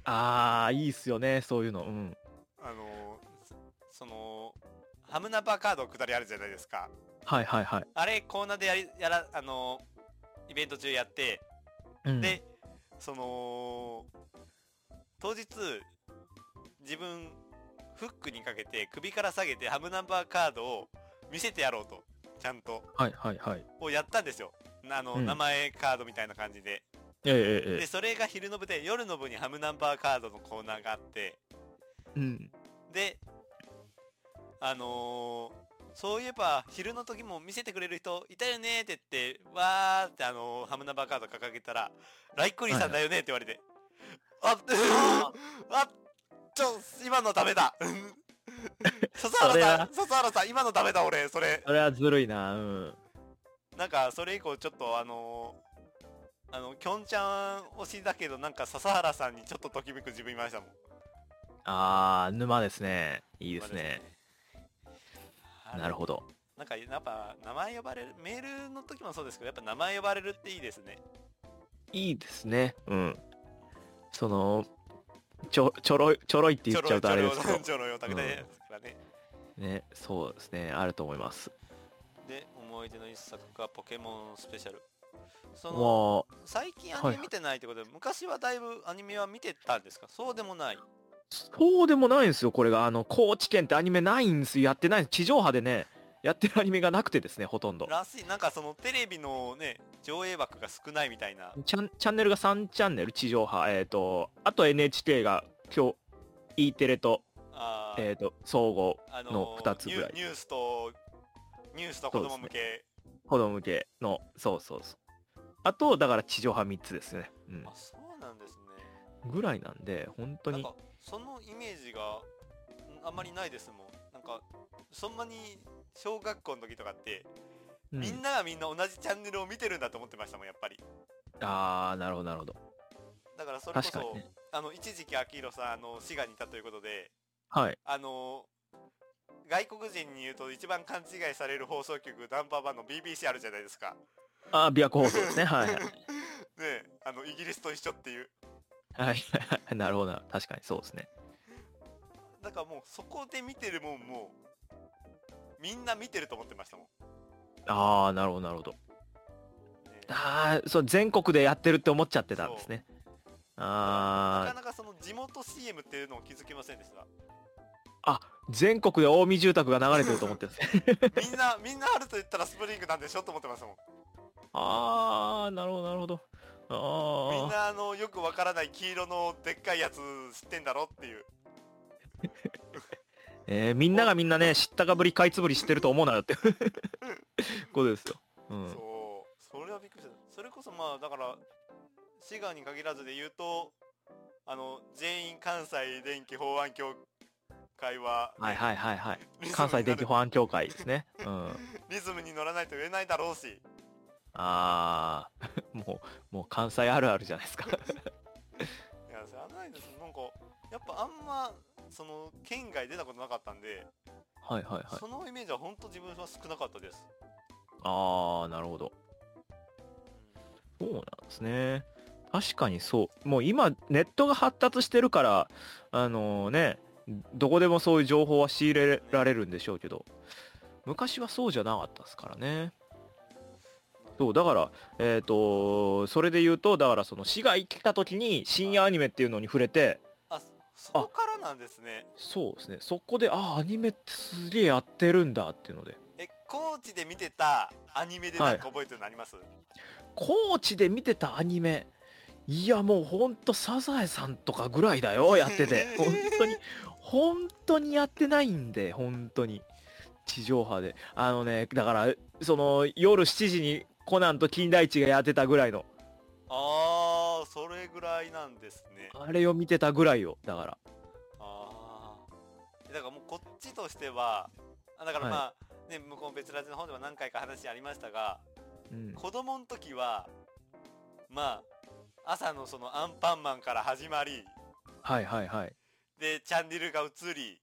あー、いいっすよね、そういうの。うん。
あの、そその、ハムナパカード下りあるじゃないですか。
はいはいはい。
あれ、コーナーでやり、やら、あの、イベント中やって、
うん、
で、その、当日、自分、フックにかけて首から下げてハムナンバーカードを見せてやろうと、ちゃんと、
はいはいはい。
をやったんですよ。あの、
うん
名前カードみたいな感じで。
ええええ
で、
え
それが昼の部で、夜の部にハムナンバーカードのコーナーがあって、
え。うん。
で、あのーそういえば、昼の時も見せてくれる人いたよねって言って、わーってあのーハムナンバーカード掲げたら、ライッコリーさんだよねって言われて、 あ、あ、ちょ、今のダメだ。 笹
それ
原さ
は
ん、笹原さん、今のダメだ俺、それ。
それはずるいな、うん。
なんか、それ以降ちょっとあのーあの、きょんちゃん推しだけど、なんか笹原さんにちょっとときめく自分いましたもん。
あー、沼ですね。いいですね。
あれ。
なるほど。
なんかやっぱ名前呼ばれるメールの時もそうですけどやっぱ名前呼ばれるっていいですね
いいですね。うん。その、ちょ、ちょろい、ちょろいって言っちゃうとあれですけど。
ちょろいちょろいお宅ですからね、
ね、そうですね。あると思います。
で思い出の一作がポケモンスペシャルその
もう、
最近アニ
はい
メ見てないってことで、昔はだいぶアニメは見てたんですかそうでもない
そうでもないんですよ、これが。あの、高知県ってアニメないんですよ。やってないんです。地上波でね、やってるアニメがなくてですね、ほとんど。
らしいなんかそのテレビのね上映枠が少ないみたいな
チャンチャンネルが3チャンネル、地上波。えっ、と、あと NHK が今日、E テレと、
あー、
えっ、と、総合、
あ
の二つぐらい
ニュニュースとニュースと子供向け、
子供向けの、そうそうそう。あと、だから地上波3つですね。うん
あ。そうなんですね
ぐらいなんで、本当
なん
に
か。そのイメージがんあんまりないですもんなんかそんなに小学校の時とかって、
うん
みんながみんな同じチャンネルを見てるんだと思ってましたもんやっぱり
ああ、なるほど、なるほど。
だからそれこ
確
そ
か、にね。
あの一時期秋広さんあの滋賀にいたということで
はい。
あの外国人に言うと一番勘違いされる放送局ナンバーワンの BBC あるじゃないですか
ああ、琵琶湖放送ですね。はいはい。
ねえあのイギリスと一緒っていう
はいはい。 なるほどな。確かにそうですね。
だからもうそこで見てるもんもうみんな見てると思ってましたもん、
ああ、なるほど、なるほど。
ねえ
ああ、そう、全国でやってるって思っちゃってたんですね。
な
あ
かなかその地元 CM っていうのを気づきませんでした。
あ、全国で近江住宅が流れてると思って るんですね。
みんな、みんな春と言ったらスプリングなんでしょと思ってましたもん。
ああ、なるほど、なるほど。
みん
あ
なあの、よくわからない黄色のでっかいやつ知ってんだろっていう。
あ、えーみんながみんなね、知ったかぶり、買いつぶりしてると思うなよって。 ことですよ。うん。
そう。それはびっくりした。それこそまあ、だから、滋賀に限らずで言うと、あの、全員関西電気法案協会は、
はいはいはいはい。
リズムに
関西電気
乗ら
保安協会ですね。うん。
リズムに乗らないと言えないだろうし。
ああ、もう、もう関西あるあるじゃないですか。
いや、それあんないです。なんか、やっぱあんま、その、県外出たことなかったんで、
はいはいはい。
そのイメージは本当自分は少なかったです。
ああ、なるほど。そうなんですね。確かにそう。もう今、ネットが発達してるから、あのね、どこでもそういう情報は仕入れられるんでしょうけど、昔はそうじゃなかったですからね。そう、だから、えっ、と、それで言うと、だからその、市外来た時に深夜アニメっていうのに触れて、
あ、そこからなんですね。
そうですね、そこで、ああ、アニメってすげえやってるんだっていうので、
え、高知で見てたアニメでなんか覚えてるのあります、
高知で見てたアニメいやもうほんとサザエさんとかぐらいだよやってて本当に本当にやってないんで本当に地上波であのねだからその夜7時にコナンと金田一がやってたぐらいの
あぐらいなんですね。
あれを見てたぐらいよだから
ああ。だからもうこっちとしては、あだからまあ、ね、向こうの別ラジの方でも何回か話ありましたが、
うん
子供の時は、まあ、朝のそのアンパンマンから始まり、
はいはいはい
で、チャンネルが移り、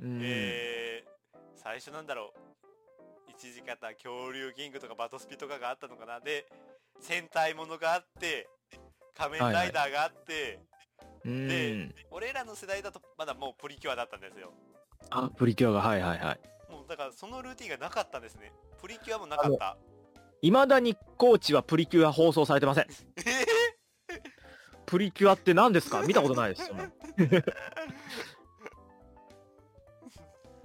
うん、
えー、最初なんだろう一時型恐竜キングとかバトスピとかがあったのかなで戦隊ものがあって仮面ライダーがあって、
うん
で俺らの世代だとまだもうプリキュアだったんですよ
あプリキュアがはいはいはい
もうだからそのルーティンがなかったんですねプリキュアもなかった
いまだに高知はプリキュア放送されてません
え
プリキュアって何ですか見たことないですもん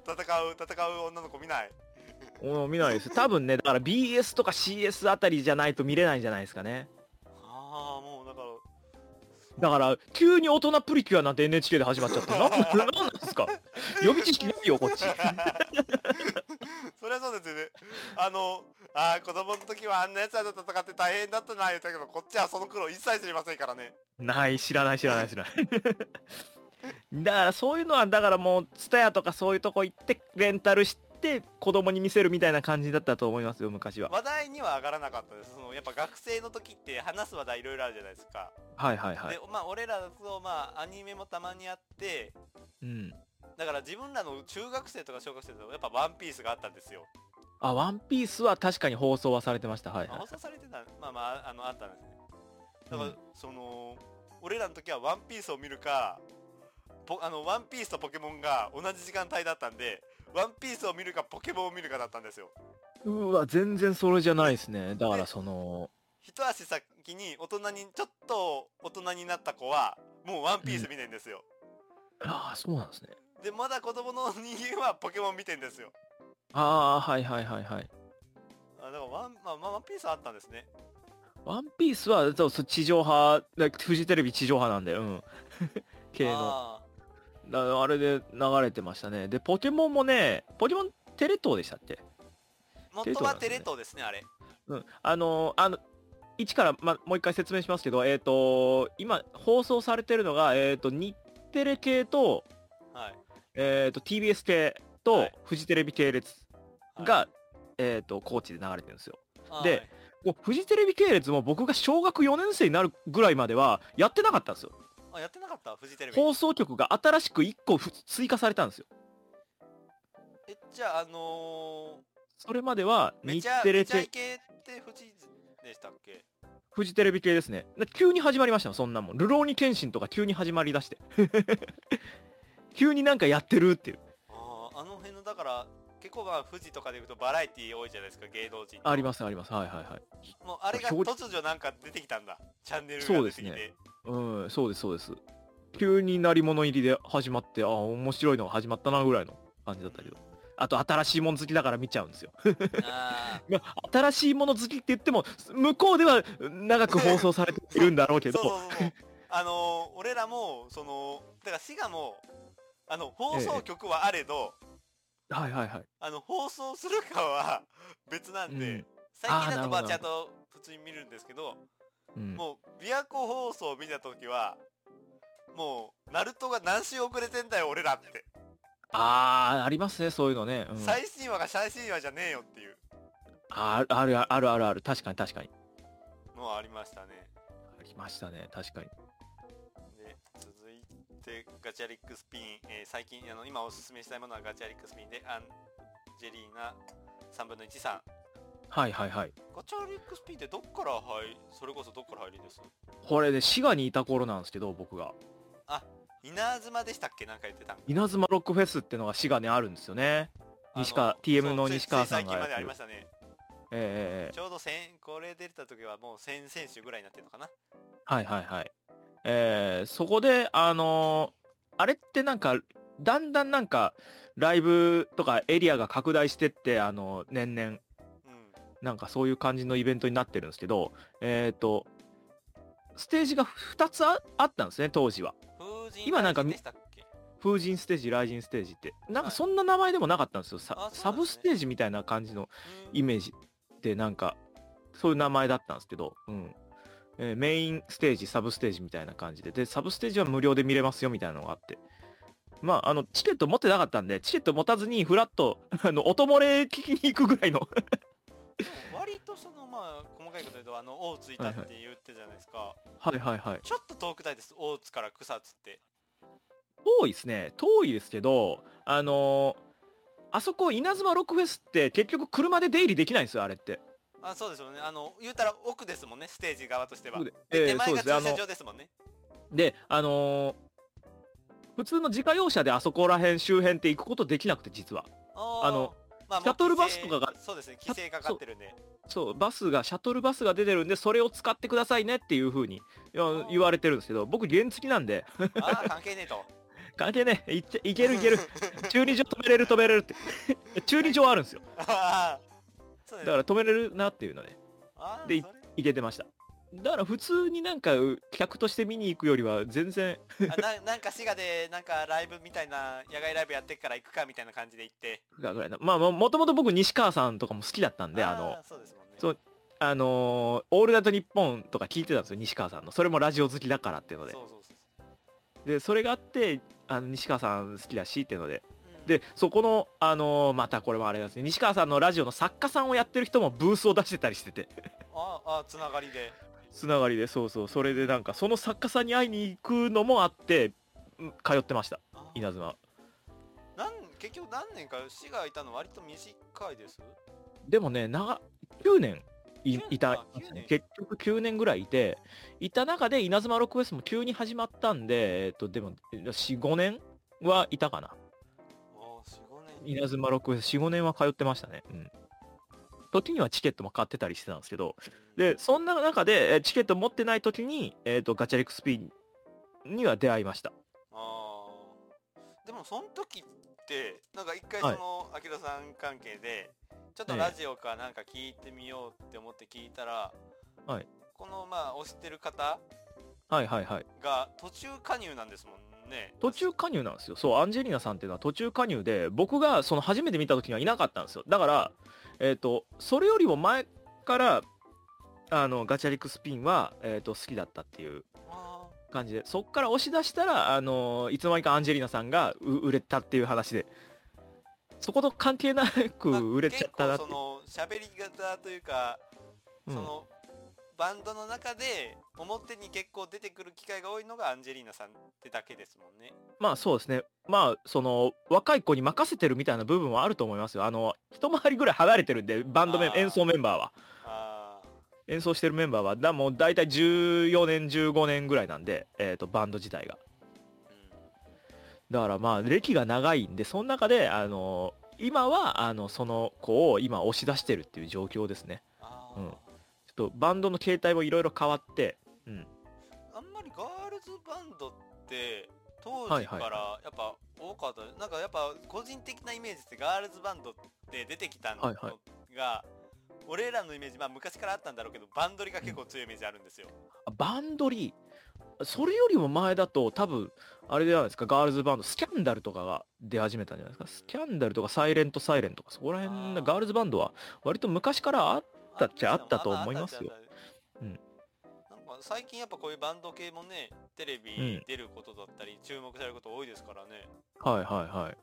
ー、 戦う戦う女の子見ない
うん見ないです多分ねだから BS とか CS あたりじゃないと見れないんじゃないですかね
ああもう だから
だから急に大人プリキュアなんて NHK で始まっちゃってなんこれ何な んですか予備知識ないよこっち
そりゃそうですよねあのあー子供の時はあんなやつらと戦って大変だったな言ったけどこっちはその苦労一切知りませんからね
ない知らない知らない知らないだからそういう のはだからもう TSUTAYA とかそういうとこ行ってレンタルして子供に見せるみたいな感じだったと思いますよ昔は
話題には上がらなかったですそのやっぱ学生の時って話す話題いろいろあるじゃないですか、
はいはいはい
でまあ俺らだとまあアニメもたまにあって
うん
だから自分らの中学生とか小学生だとやっぱ「ワンピースがあったんですよ、
あワンピースは確かに放送はされてましたはい
まあ
はい
放送されてたまあまああのあったんですねだから、
うん
その俺らの時は「ワンピースを見るかポあのワンピースとポケモンが同じ時間帯だったんでワンピースを見るかポケモンを見るかだったんですよ
うわ全然それじゃないですねだからその
一足先に大人にちょっと大人になった子はもうワンピース見ないんですよ、
ああそうなんですね
でまだ子供の人間はポケモン見てんですよ
ああはいはいはいはい
あだからワン,、まあ、まあワンピースはあったんですね
ワンピースはそうそう地上波だフジテレビ地上波なんでうん 系の
あ
ああれで流れてましたねでポケモンもねポケモンテレ東でしたっけ
ー元はテレ東ですねあれ
うんあのあの一から、ま、もう一回説明しますけどえっ、と今放送されてるのがえっ、と日テレ系と
はい、
えっ、と TBS 系
は
と
い
フジテレビ系列
はい
が、えっ、と高知で流れてるんですよ
あー
で
はい
もうフジテレビ系列も僕が小学4年生になるぐらいまではやってなかったんですよ
あやってなかったフジテレビ
放送局が新しく1個ふ追加されたんですよ
えじゃああの
それまでは
ー、め
日
ちゃ
テレ
めちゃイ
系
ケってフジでしたっけ
フジテレビ系ですねだ急に始まりましたよそんなもん「流浪に剣心」とか急に始まりだして 急になんかやってるっていう
あああの辺のだから結構まあ富士とかでいうとバラエティー多いじゃないですか芸能人
ありますありますはいはいはい
もうあれが
表
突如なんか出てきたんだチャンネル
そ
が
う
出
で
て
す
きて、
ねうんそうですそうです急に鳴り物入りで始まってあ面白いのが始まったなぐらいの感じだったけどあと新しいもん好きだから見ちゃうんですよ
あ
まあ新しいもの好きって言っても向こうでは長く放送されているんだろう
ー
け
そ
ど
うそうそうそうあのー、俺らもそのだから滋賀もあの放送局はあれど、
はいはいはい、
あの放送するかは 別なんで、
うん
最近だとま
あーなるほど
あちゃんと普通に見るんですけど
うん、
もう琵琶湖放送を見た時はもうナルトが何週遅れてんだよ俺らって、
ああありますねそういうのね、うん、
最新話が最新話じゃねえよっていう
ああるあるあるある確かに確かに
のはありましたね
ありましたね確かに
で続いてガチャリックスピン、えー最近あの今おすすめしたいものはガチャリックスピンでアンジェリーナ3分の1さん
はいはいはい
ガチャリックスピンってどっから入りそれこそどっから入りです
これで滋賀にいた頃なんですけど僕が
稲妻でしたっけなんか言ってたん
稲妻ロックフェスってのが滋賀にあるんですよね
あの
西川 TM
そう
の
つい
西川さ
つ
ん
い最近ま
がやって
で
る
ありましたね
えええ
ちょうど先これ出た時はもう先選手ぐらいになってるのかな
えはいはいはいええそこであのーあれってなんかだんだんなんかライブとかエリアが拡大してってあの年々
うん
なんかそういう感じのイベントになってるんですけど、えっ、と、ステージが2つああったんですね、当時は。
風神
今なんか
雷神でしたっけ
風神ステージ、雷神ステージって。
は
なん
い
かそんな名前でもなかったんですよ。
あ
さ
そうなんですね
サブステージみたいな感じの
うん
イメージってなんか、そういう名前だったんですけど、うん。えーメインステージ、サブステージみたいな感じで、で、サブステージは無料で見れますよみたいなのがあって。まあ、あの、チケット持ってなかったんで、チケット持たずに、フラッと、あの、音漏れ聞きに行くぐらいの。
でも割とそのまあ細かいこと言うとあの大津いたって言ってたじゃないですか、
はいはいはい。
ちょっと遠くないです大津から草津って
遠いですね。遠いですけど、あのーあそこ、稲妻ロックフェスって結局車で出入りできないんですよ、あれって。
あそうですよねあの言うたら奥ですもんねステージ側としては
そう
で
で
手
えーそ
前
う
が
で
駐
すねあ
車
の
場ですもんね
で、あのー普通の自家用車であそこら辺周辺って行くことできなくて、実は。
あ
あの
まあもう
シャトルバスとかが
規制そうですね規制かかってるんで
そう、バスが、シャトルバスが出てるんで、それを使ってくださいねっていう風にいや言われてるんですけど、僕原付きなんで、
ああ関係ね えと
関係ねえ、いっちゃいけるいけ る、駐輪場止めれる止めれるって。駐輪場あるんですよ。
ああそうで
だ
す
から止めれるなっていうので、
あー
で
それ
行けてました。だから普通になんかう客として見に行くよりは全然、
あななんか滋賀でなんかライブみたいな野外ライブやってっから行くかみたいな感じで行って
ぐらいな。まあ、もともと僕西川さんとかも好きだったんで、あの、
ーそうですもんね
そうあのーオールナイトニッポンとか聞いてたんですよ、西川さんの。それもラジオ好きだからっていうので
そ。うそうそう
で、それがあって、あの、西川さん好きだしっていうので。
そう、うん
で、そこの、あのーまたこれもあれなんですね、西川さんのラジオの作家さんをやってる人もブースを出してたりしてて。
ああつながりで
つながりで、そうそう、それでなんか、その作家さんに会いに行くのもあって、うん通ってました、
あー
稲妻。
なん結局何年か市がいたの割と短いです
でもね、長、9年いいた
あ9年、
結局9年ぐらいいて、いた中で稲妻ロックフェスも急に始まったんで、えっと、でも、4、5年はいたかな。
ああ45年
稲妻ロックフェス4、5年は通ってましたね。うん。時にはチケットも買ってたりしてたんですけど、で、そんな中で、えチケット持ってない時に、えっと、ガチャリックスピンには出会いました。
ああでもその時ってなんか一回そ
はい
のあきらさん関係でちょっと
ええ
ラジオかなんか聞いてみようって思って聞いたら、
はい
このまあ推してる方
はいはいはい。
が途中加入なんですもんね
途中加入なんですよそうアンジェリーナさんっていうのは途中加入で僕がその初めて見た時にはいなかったんですよだからえっ、とそれよりも前からあのガチャリックスピンは、えー、と好きだったっていう
あー
感じでそっから押し出したら、あのいつの間にかアンジェリーナさんがう売れたっていう話でそこと関係なく
まあ
売れちゃったなって
結構その喋り方というか
うん
そのバンドの中で表に結構出てくる機会が多いのがアンジェリーナさんってだけですもんね。
まあそうですねまあその若い子に任せてるみたいな部分はあると思いますよあの一回りぐらい離れてるんでバンドメン
あー
演奏メンバーは
あ
演奏してるメンバーはだもう大体14年15年ぐらいなんで、えー、とバンド自体が
ー
だからまあ歴が長いんでその中で、あのー今はあのその子を今押し出してるっていう状況ですね
あー、
うんちょっとバンドの形態もいろいろ変わって
あんまりガールズバンドって当
は
時
い
か
はい
らやっぱ多かった、なんかやっぱ個人的なイメージってガールズバンドって出てきたのが、
はいは
俺らのイメージまあ昔からあったんだろうけどバンドリが結構強いイメージあるんですよ。
あバンドリーそれよりも前だと多分あれじゃないですかガールズバンドスキャンダルとかが出始めたんじゃないですかスキャンダルとかサイレントサイレンとかそこら辺
あー
のガールズバンドは割と昔からああったっちゃあったと思いますよ
あったっちゃあった
うん
なんか最近やっぱこういうバンド系もねテレビに出ることだったり注目されること多いですからね、
はいはいはい。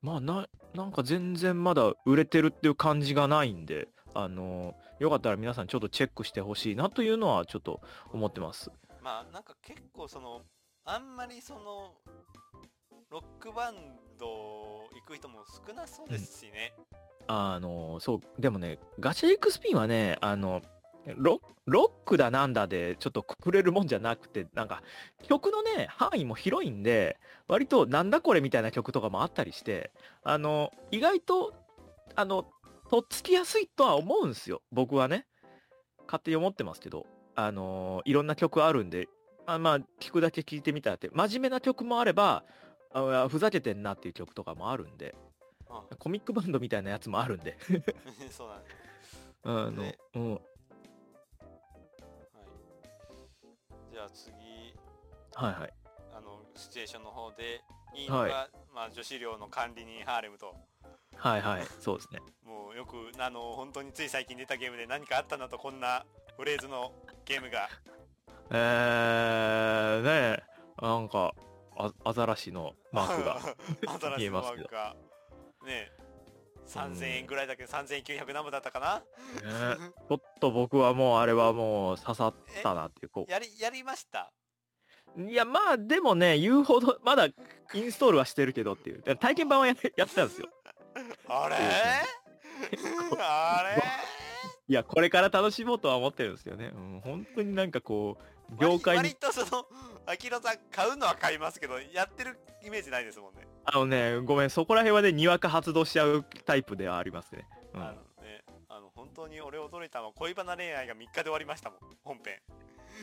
まあな、なんか全然まだ売れてるっていう感じがないんで、あのよかったら皆さんちょっとチェックしてほしいなというのはちょっと思ってます。
まあなんか結構そのあんまりそのロックバンド行く人も少なそうですしね、
あのそう、でもね、ガチャエクスピンはね、あの、ロロックだなんだでちょっとくくれるもんじゃなくて、なんか曲のね、範囲も広いんで、割となんだこれみたいな曲とかもあったりして、あの、意外と、あの、とっつきやすいとは思うんですよ。僕はね。勝手に思ってますけど、あのーいろんな曲あるんで、まあまあ、聞くだけ聞いてみたらって、真面目な曲もあれば、あふざけてんなっていう曲とかもあるんで、
あ
コミックバンドみたいなやつもあるんで、
そうなんです、
あの
ね、
うん、
はい、じゃあ次
はいはい。
あのシチュエーションの方でいいのが、
は
まあ、女子寮の管理人ハーレムと
はいはい、そうですね。
もうよくあの本当につい最近出たゲームで何かあったなとこんなフレーズのゲームが
えー、ねえ、なんか、あアザラシのマークが。
が 新し
見
い
え
マ
ますけ
ー
ど
クがねえ3000円ぐらいだけど3900何本だったかな
ねちょっと僕はもうあれはもう刺さったなっていう。こ
やりやりました
ういや、まあでもね、言うほど、まだインストールはしてるけどっていう。体験版はややってたんですよ。
あれ あれ
いや、これから楽しもうとは思ってるんですよね。うん、本当になんかこう、業界に
割割とそのアキロさん買うのは買いますけどやってるイメージないですもんね、
あのね、ごめん、そこら辺はね、にわか発動しちゃうタイプではありますね。うん、
あのねあの本当に俺驚いたのは恋バナ恋愛が3日で終わりましたもん本編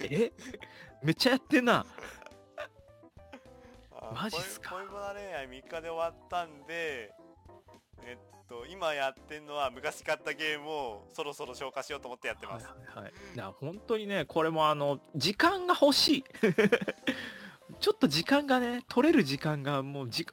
えめっちゃやってんな。
あ
マジっすか
恋恋バナ恋愛3日で終わったんでえっと今やってんのは昔買ったゲームをそろそろ消化しようと思ってやって
は
ま
い
す、
はいはい。な本当にね、これもあの、時間が欲しい。 ちょっと時間がね、取れる時間がもうじ、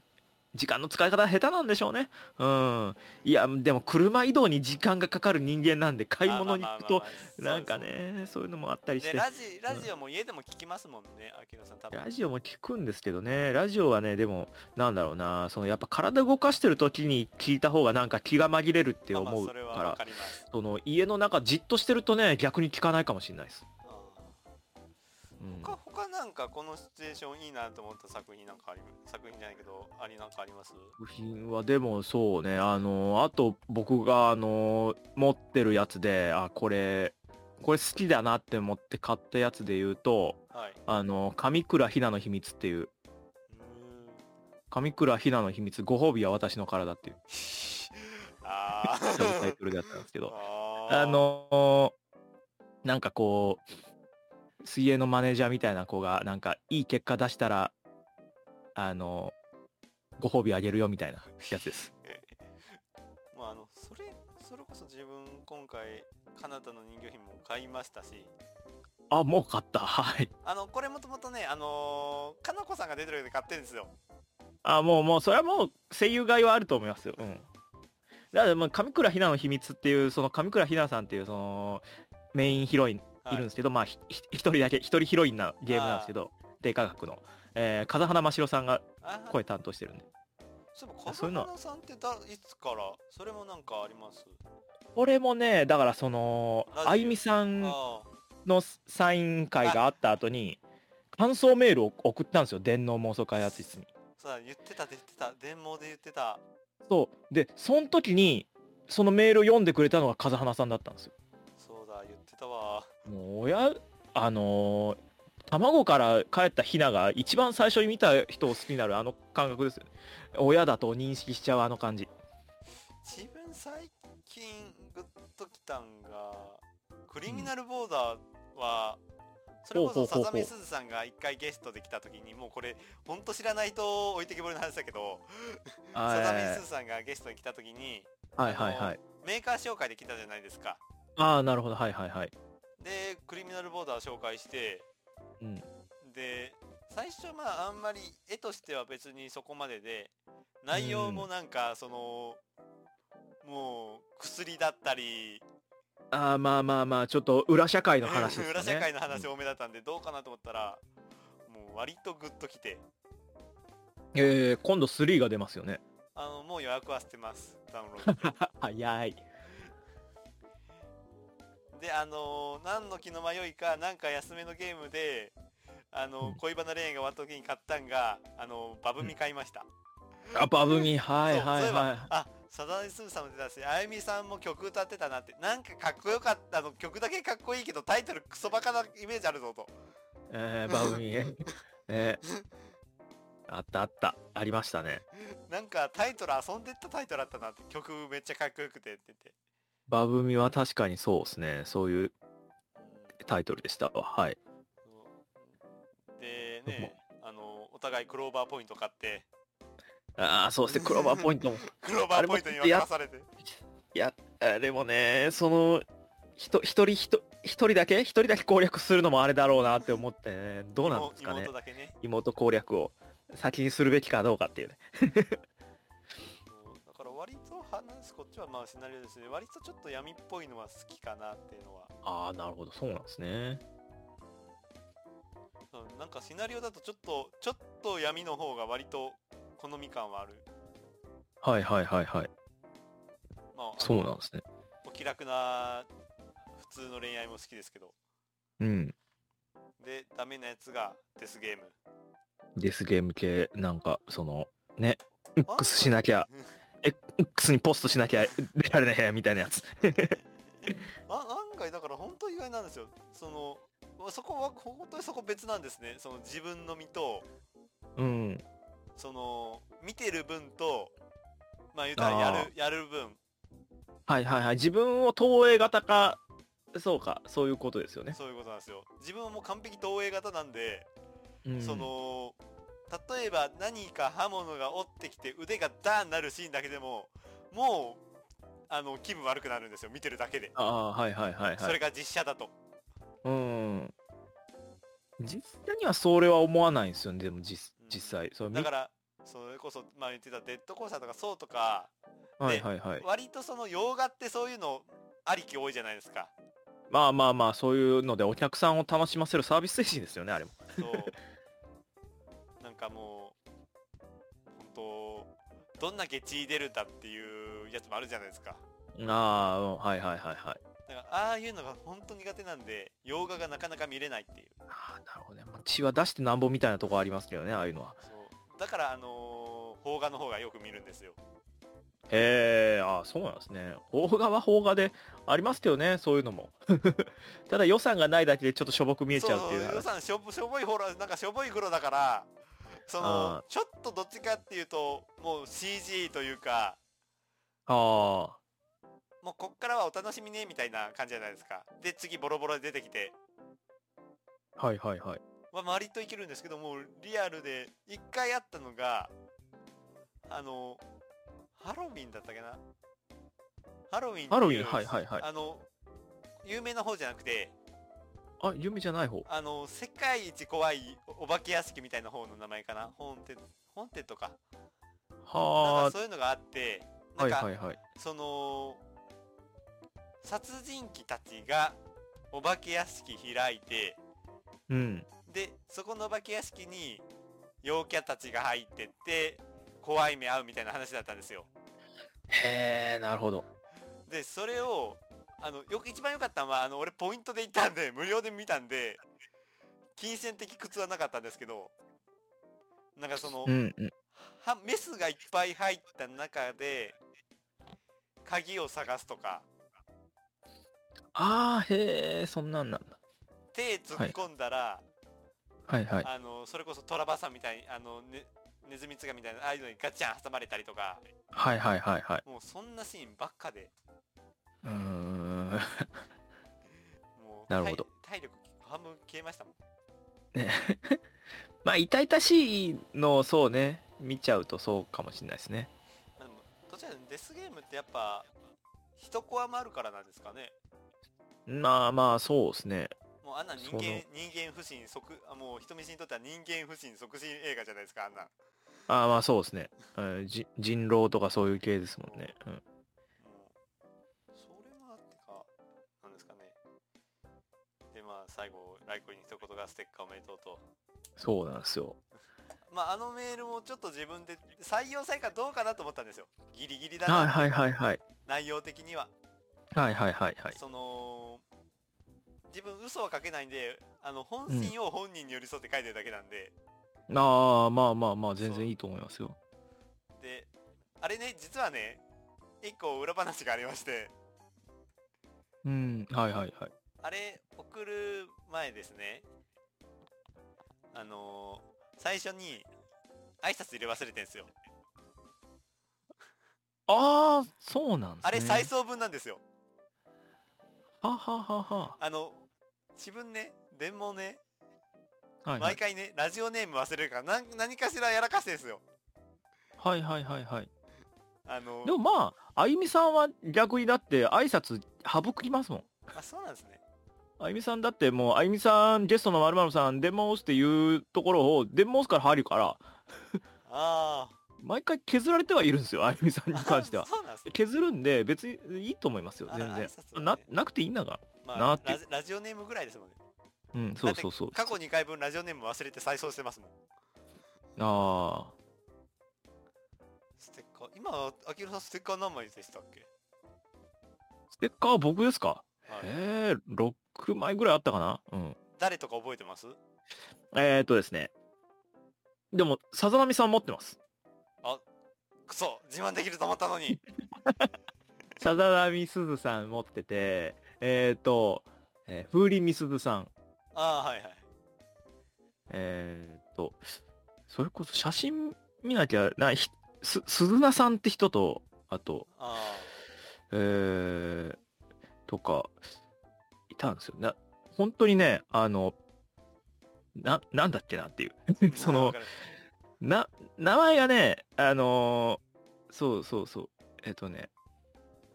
時間の使い方下手なんでしょうね。うん。いや、でも車移動に時間がかかる人間なんで、買い物に行くと、なんかね、そういうのもあったりし
で
て。
ラジラジオも家でも聞きますもんね、アキロさん多分
ラジオも聞くんですけどね、ラジオはね、でも、なんだろうな、そのやっぱ体動かしてる時に聞いた方がなんか気が紛れるって
まあまあ
思うか
それはわ
ら
か、ります
その家の中じっとしてるとね、逆に聞かないかもしれないです。
うん
うん
他他なんかこのシチュエーションいいなと思った作品なんかあり作品じゃないけどありなんかあります
作品はでもそうね、あの、あと僕が、あの、持ってるやつで、あ、これ、これ好きだなって思って買ったやつで言うと、
はい
あの、上倉ひなの秘密っていう、上倉ひなの秘密、ご褒美は私の体っていう、
あ
サブタイ
ー
トルでやったんですけど、
あー
あのなんかこう、水泳のマネージャーみたいな子が、なんか、いい結果出したら、あのご褒美あげるよみたいなやつです。
まああのそれそれこそ自分今回カナダの人形品も買いましたし
あ、もう買った。はい。
あのこれもともとねあのー、かなこさんが出てるので買ってるんですよ
あ、もうもう、それはもう、声優買いはあると思いますよ。うん。だから、まあ、上倉ひなの秘密っていう、その上倉ひなさんっていう、その、メインヒロイン
はい
いるんですけど、まあ、ひひ一人だけ、一人ヒロインなゲームなんですけど、低価格の。えー、風花真白さんが
あー
声担当してるんで。
そういえば
あ
風
そういうの
花さんってだいつからそれもなんかあります
これもね、だからその
ラジ、オ
あゆみさ
あ
ん
ー
のサイン会があった後に、感想メールを送ったんですよ、電脳妄想開発室に。
さあ言ってた言ってた電網で言ってた
そう。で、その時に、そのメールを読んでくれたのが風花さんだったんですよ
そうだ言ってたわ
もう親あのー卵から帰ったヒナが一番最初に見た人を好きになるあの感覚ですよね親だと認識しちゃうあの感じ
自分最近グッときたんがクリミナルボーダーは、それこ
ほう
そ
ほうほ
さざ
うほう
めすずさんが一回ゲストで来た時にもうこれほんと知らないと置いてけぼりの話だけど
は
さ
い
ざめすずさんがゲストに来た時に
はいはいはい
メーカー紹介で来たじゃないですか
ああなるほどはいはいはい
でクリミナルボーダー紹介して
うん
で最初はまああんまり絵としては別にそこまでで内容もなんかその、もう薬だったり
ああまあまあまあちょっと裏社会の話ですよね
裏社会の話
うん
多めだったんでどうかなと思ったら、もう割とグッときて
えー、今度3が出ますよね
あのもう予約はしてますダウンロード
早い
であのー何の気の迷いかなんか安めのゲームであのー
うん
恋バナ恋愛が終わった時に買ったんがあのーバブミ買いました、
あバブミはい
そう
はい
そうえば
は
あサザエスーさんも出たしあゆみさんも曲歌ってたなってなんかかっこよかったあの曲だけかっこいいけどタイトルクソバカなイメージあるぞと
いえー、バブミ えーあったあったありましたね
なんかタイトル遊んでったタイトルあったなって曲めっちゃかっこよくてって言って
バブミは確かにそうですねそういうタイトルでしたわはい
そうでね、あの、お互いクローバーポイント買って、
ああ、そうですね、クローバーポイン トも。
クローバーポイントに分からされて。
いや、あでもね、その、ひと一人ひと一人だけ一人だけ攻略するのもあれだろうなって思ってね、どうなんですかね
妹、だけね。
妹攻略を先にするべきかどうかっていうね。
そうだから割と話すこっちはまあシナリオですね。割とちょっと闇っぽいのは好きかなっていうのは。
ああ、なるほど、そうなんですね。
そうなんかシナリオだとちょっとちょっと闇の方が割と好み感はある、
はいはいはいはい。
まああの、
そうなんですね。
お気楽な普通の恋愛も好きですけど
うん。
でダメなやつがデス ゲーム
デスゲーム系、なんか、その、ね、
あ
X しなきゃ、X にポストしなきゃ出られないみたいなやつ。
あ案外だから本当意外なんですよそのまあそこは本当にそこ別なんですねその自分の身と
うん。
その見てる分とまあ言うたらや
あ
るやる分
はいはいはい。自分を投影型か、そうか、そういうことですよね。
そういうことなんですよ自分はもう完璧投影型なんで、
うん
そ、の例えば何か刃物が折ってきて腕がダーンなるシーンだけでももうあの気分悪くなるんですよ見てるだけで、
ああ、はいはいはい
そ
は
れ
い。
が実写だと
うん。実際にはそれは思わないんですよね、でも実実際。それ見
だからそれこそまあ言ってたデッドコーサーとかそうとか
はいはいはい。
割とその洋画ってそういうのありき多いじゃないですか。
まあまあまあ、そういうのでお客さんを楽しませるサービス精神ですよね、あれも。
そう。 なんかもう、本当どんだけ血出るんだっていうやつもあるじゃないですか。
ああ、うんはいはいはいはい。
だから、ああいうのが本当苦手なんで、洋画がなかなか見れないっていう。
ああ、なるほどね。まあ血は出してなんぼみたいなとこありますけどね、ああいうのは。
そう。だから、あのー邦画の方がよく見るんですよ。
へえ、ああ、そうなんですね。邦画は邦画でありますけどね、そういうのも。 ただ予算がないだけでちょっとしょぼく見えちゃうっていう
そ
話。
予算しょぼしょぼいほら、なんかしょぼい黒だから、そ
あ
の、ちょっとどっちかっていうと、もう CG というか、
あ
もうこっからはお楽しみねみたいな感じじゃないですかで次ボロボロで出てきて、
あ、はいはいはい。
まあ、割といけるんですけどもうリアルで一回あったのがあのハロウィンだったっけなハロウィンっていう
ハロウィン、はいはいはい。
あの有名な方じゃなくて
あ、夢じゃない方。
あの世界一怖いおお化け屋敷みたいな方の名前かなホーンテッドホーンテッドかなん
は
かそういうのがあって
あ、
な
は
ん
い
か、
はいはい。
その殺人鬼たちがお化け屋敷開いて
うん。
でそこのお化け屋敷に陽キャたちが入ってって怖い目合うみたいな話だったんですよ
へえ、なるほど。
でそれをあのよく一番良かったのはあの俺ポイントで行ったんで無料で見たんで金銭的苦痛はなかったんですけどなんかその、
うんうん。
はメスがいっぱい入った中で鍵を探すとか
ああ、へえ、そんなんなんだ。
手突っ込んだら、
はいはい。
あのそれこそトラバサみたいにあの、ね、ネズミツガみたいなああいうのにガチャン挟まれたりとか
はいはいはいはい。
もうそんなシーンばっかで
うーん。
もう
なるほど
体体力半分消えましたもん
まあ、痛々しいのをそうね、見ちゃうとそうかもしれないですね。
でもどちらかというとデスゲームってやっぱ一コアもあるからなんですかね
まあまあ、そうですね。
もうあんな人
その
間人間不信即あもう人見知りにとっては人間不信促進映画じゃないですかあんなん
ああまあ、そうですね。うんじ人狼とかそういう系ですもんね。うん、
もうそれもあってかなんですかねでまあ最後ライコイに一言がステッカーおめでとうと
そうなんですよ。
まあ、あのメールもちょっと自分で採用されるかどうかなと思ったんですよ。ギリギリだな、
はいはいはいはい。
内容的には。
はいはいはいはい。
その、自分嘘は書けないんで、あの、本心を本人に寄り添って書いてるだけなんで、
ああ、まあまあまあ、全然いいと思いますよ。
で、あれね、実はね、一個裏話がありまして、
うん。はいはいはい。
あれ、送る前ですね、あの最初に、挨拶入れ忘れてんですよ。
ああ、そうなんですね。
あれ、再送分なんですよ。
はははは。
あの、自分ね、電文ね、
はいは
毎
い
回ね、ラジオネーム忘れるから、なん何かしらやらかしてんですよ。
はいはいはいはい。
あの
でもまあ、あゆみさんは逆にだって挨拶省きますもん。
あ、そうなんですね。
あゆみさんだってもう、あゆみさん、ゲストのまるまるさん、デモースっていうところを、デモースから入るから、
あー
毎回削られてはいるんですよ、あゆみさんに
あ。
関しては。
そうなんですね。
削るんで、別にいいと思いますよ、
あ
全
挨拶はね
然。な、なくていいんだが。
まあ
なって
ラジ、ラジオネームぐらいですもんね。
うん、そうそうそう。
過去2回分ラジオネーム忘れて再送してますもん。
ああ。
ステッカー。今、あきらさんステッカー何枚でしたっけ
ステッカーは僕ですか
はい。
ええー、6枚ぐらいあったかなうん。
誰とか覚えてます
えー、っとですね。でも、さざ波さん持ってます。
くそ自慢できると思ったのに
さざ波すずさん持ってて、えー、っと、えー、風鈴みすずさん。
ああ、はいはい。
えー、っと、それこそ写真見なきゃ、な、ひ、す、鈴名さんって人と、あと、
あ
えー、とか、いたんですよ。な、本当にね、あの、な、なんだっけなっていう。
あ。
その
わかる
な、名前がね、あのーそうそうそう。えっとね、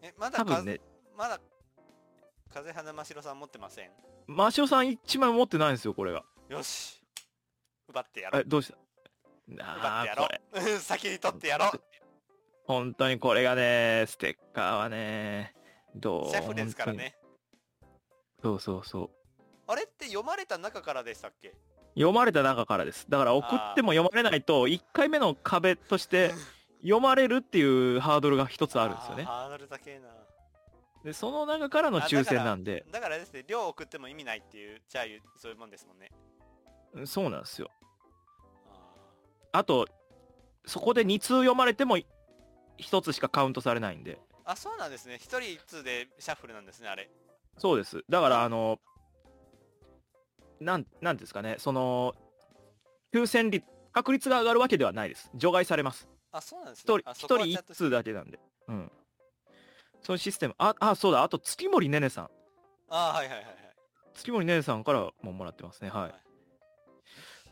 え、まだ
多
か、
分ね、
まだ、風花真白さん持ってません。
マシオさん一枚持ってないんですよ、これが。
よし。奪ってやろ
え、
う。
どうした
奪っ
あ
てや
あ、これ。
ろう。 先に取ってやろう。
本当にこれがね、ステッカーはね、どう
シェフですから。ね。
本当にそうそうそう。
あれって読まれた中からでしたっけ
読まれた中からです。だから送っても読まれないと、1回目の壁として、読まれるっていうハードルが一つあるんですよ
ー
ね。
ハードル高えな。
で、その中からの抽選なんで、
だからですね、量送っても意味ないっていう、じゃあ言うそういうもんですもんね。
そうなんですよ。
あ
あと、そこで2通読まれても1つしかカウントされないんで。
ーあ、そうなんですね。一人一通でシャッフルなんですね、あれ。
そうです。だから、あの、なん、なんですかね、その、抽選率、確率が上がるわけではないです。除外されます。
あ、そうなんですね
一人、
あ
一
そこは
人
ちゃ
一
んと
通だけなんで。うん。そういうシステム。あ、あ、そうだ。あと、月森ねねさん。
あーはいはいはいはい。
月森ねねさんからももらってますね。は
はいい。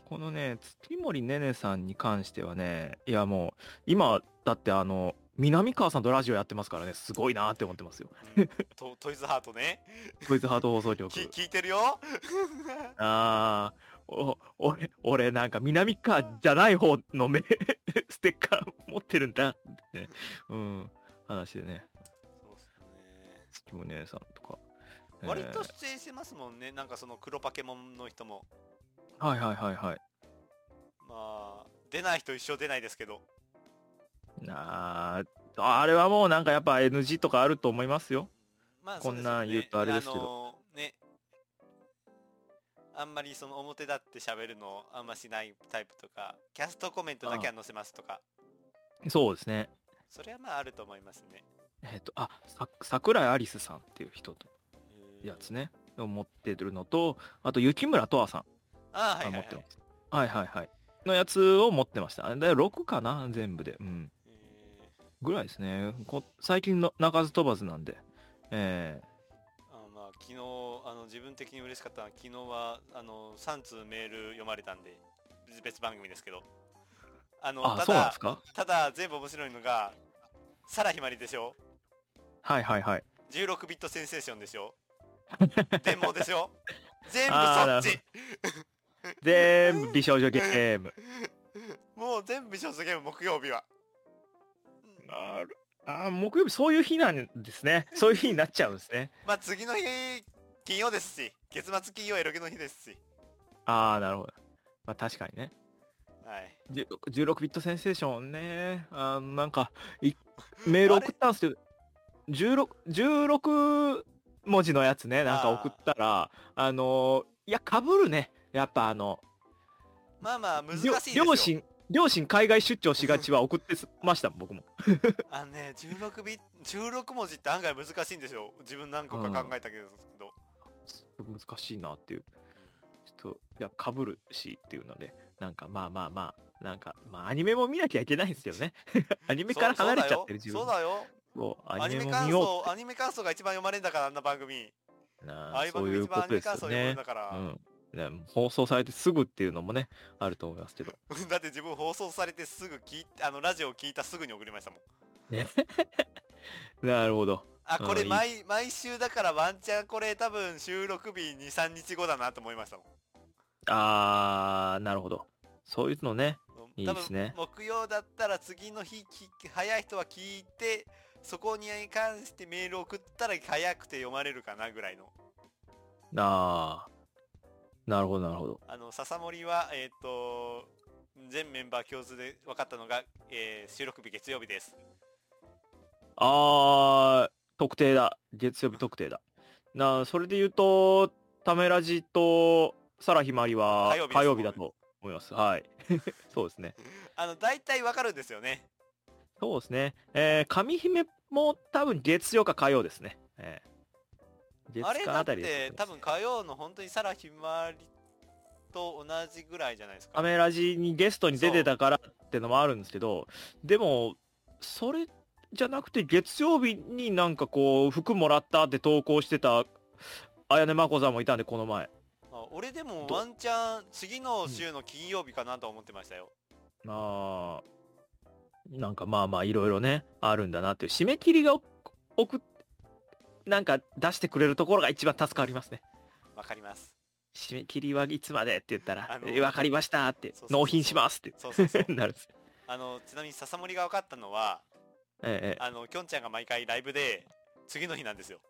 このね、月森ねねさんに関してはね、いやもう、今、だってあの、南川さんとラジオやってますからね、すごいなーって思ってますよ。
うんトトイズハートね。
トイズハート放送局。
き聞いてるよ
ああ、お、俺、俺なんか南かじゃない方の目、 ステッカー持ってるんだってね、うん、話でね、
そうっすね。
月も姉さんとか。
割と
え
出演してますもんね。なんかその黒パケモンの人も。
ーはいはいはいはい。
まあ、出ない人一生出ないですけど。
なあ、あれはもうなんかやっぱ NG とかあると思いますよ。
まあ、
こんなん言うとあれですけど
ど。あのね。あんまりその表立って喋るのあんましないタイプとか、キャストコメントだけは載せますとか、
そうですね。
それはまああると思いますね。
えっ、と、あ、さ、桜井アリスさんっていう人と、やつ
ね。
ね、を持ってるのと、あと雪村とわさん
ああ、はい
が
はい、
持
は
っ
い
てます。はいはいはい。のやつを持ってました。あれ6かな全部で。うん。
えー
ぐらいですね。こ最近の鳴かず飛ばずなんで。え
あのまあ、昨日あの自分的に嬉しかったのは昨日はあの3通メール読まれたんで別別番組ですけどあ
ー
の
あ、
た
そうなんで
だ
すか
ただ全部面白いのがサラヒマリでしょ
はいはいはい。
16ビットセンセーションでしょ電網でしょ全部
あー
そ
な
っ
る
ち
全部美少女ゲーム。
もう全部ショートゲーム木曜日は
あるあー、木曜日そういう日なんです ね。そういう日になっちゃうんですね。
まあ次の日金曜ですし月末金曜エロゲの日ですし
ああ、なるほど。まあ確かにね。
はい
16 16ビットセンセーションね。あーなんか、いメール送ったんですけど、16、16文字のやつね、なんか送ったら、あのーいや、かぶるね。やっぱあの、
まあまあ難しい
りょ
ですよ
両親両親海外出張しがちは送ってすました僕も
あのね16ビ16文字って案外難しいんですよ自分何個か考えたけど、
難しいなっていうちょっといやかぶるしっていうのでなんかまあまあまあなんかまあアニメも見なきゃいけないんですけどね アニメから離れちゃってる自分
そうだよ
そう
そうだよア
アニ
ニメ
メも
感
見よ
想アニメ感想が一番読まれんだからあんな番組
うな
あ
あ
あいう
そ
番
う
組
い
一
うこ
番ア
と
ニメ感想読まれん
ですよね
だから、
うんね放送されてすぐっていうのもねあると思いますけど
だって自分放送されてすぐ聞いあのラジオを聞いたすぐに送りましたもん
なるほど
あこ
あ
れ
いい
毎毎週だからワンチャンこれ多分収録日23日後だなと思いましたもん
あーなるほどそういうのねいい
多
です
分
ね
木曜だったら次の日聞き早い人は聞いてそこに関してメール送ったら早くて読まれるかなぐらいの
あなるほど、なるほど。
あの、笹森は、えっ、と、全メンバー共通で分かったのが、えー収録日月曜日です。
あー、特定だ。月曜日特定だ。な、それで言うと、ためらじと、さらひまりは
火曜日です
火曜日だと思います。はい。 そうですね。
あの、大体分かるんですよね。
そうですね。えー、神姫も多分月曜か火曜ですね。えー、
あれ
月
だ
火
っ
あたり
て
です、
多分火曜の本当にさらひまりと同じぐらいじゃないですか。
カメラジにゲストに出てたからってのもあるんですけど、でも、それじゃなくて月曜日になんかこう、服もらったって投稿してた、あやねまこさんもいたんで、この前。
あ俺でも
ど
ワンチャン次の週の金曜日かなと思ってましたよ。
まあ、なんかまあまあ、いろいろね、あるんだなっていう。締め切りがお送っなんか出してくれるところが一番助かりますね。
わかります。
締め切りはいつまでって言った
あ
ら、
の
えわかりましたって
そうそう、そう
納品しますっ
そうそうそう
て 。なるんです。
あの、ちなみに笹森が分かったのは、
ええ。
あの、きょんちゃんが毎回ライブで、次の日なんですよ。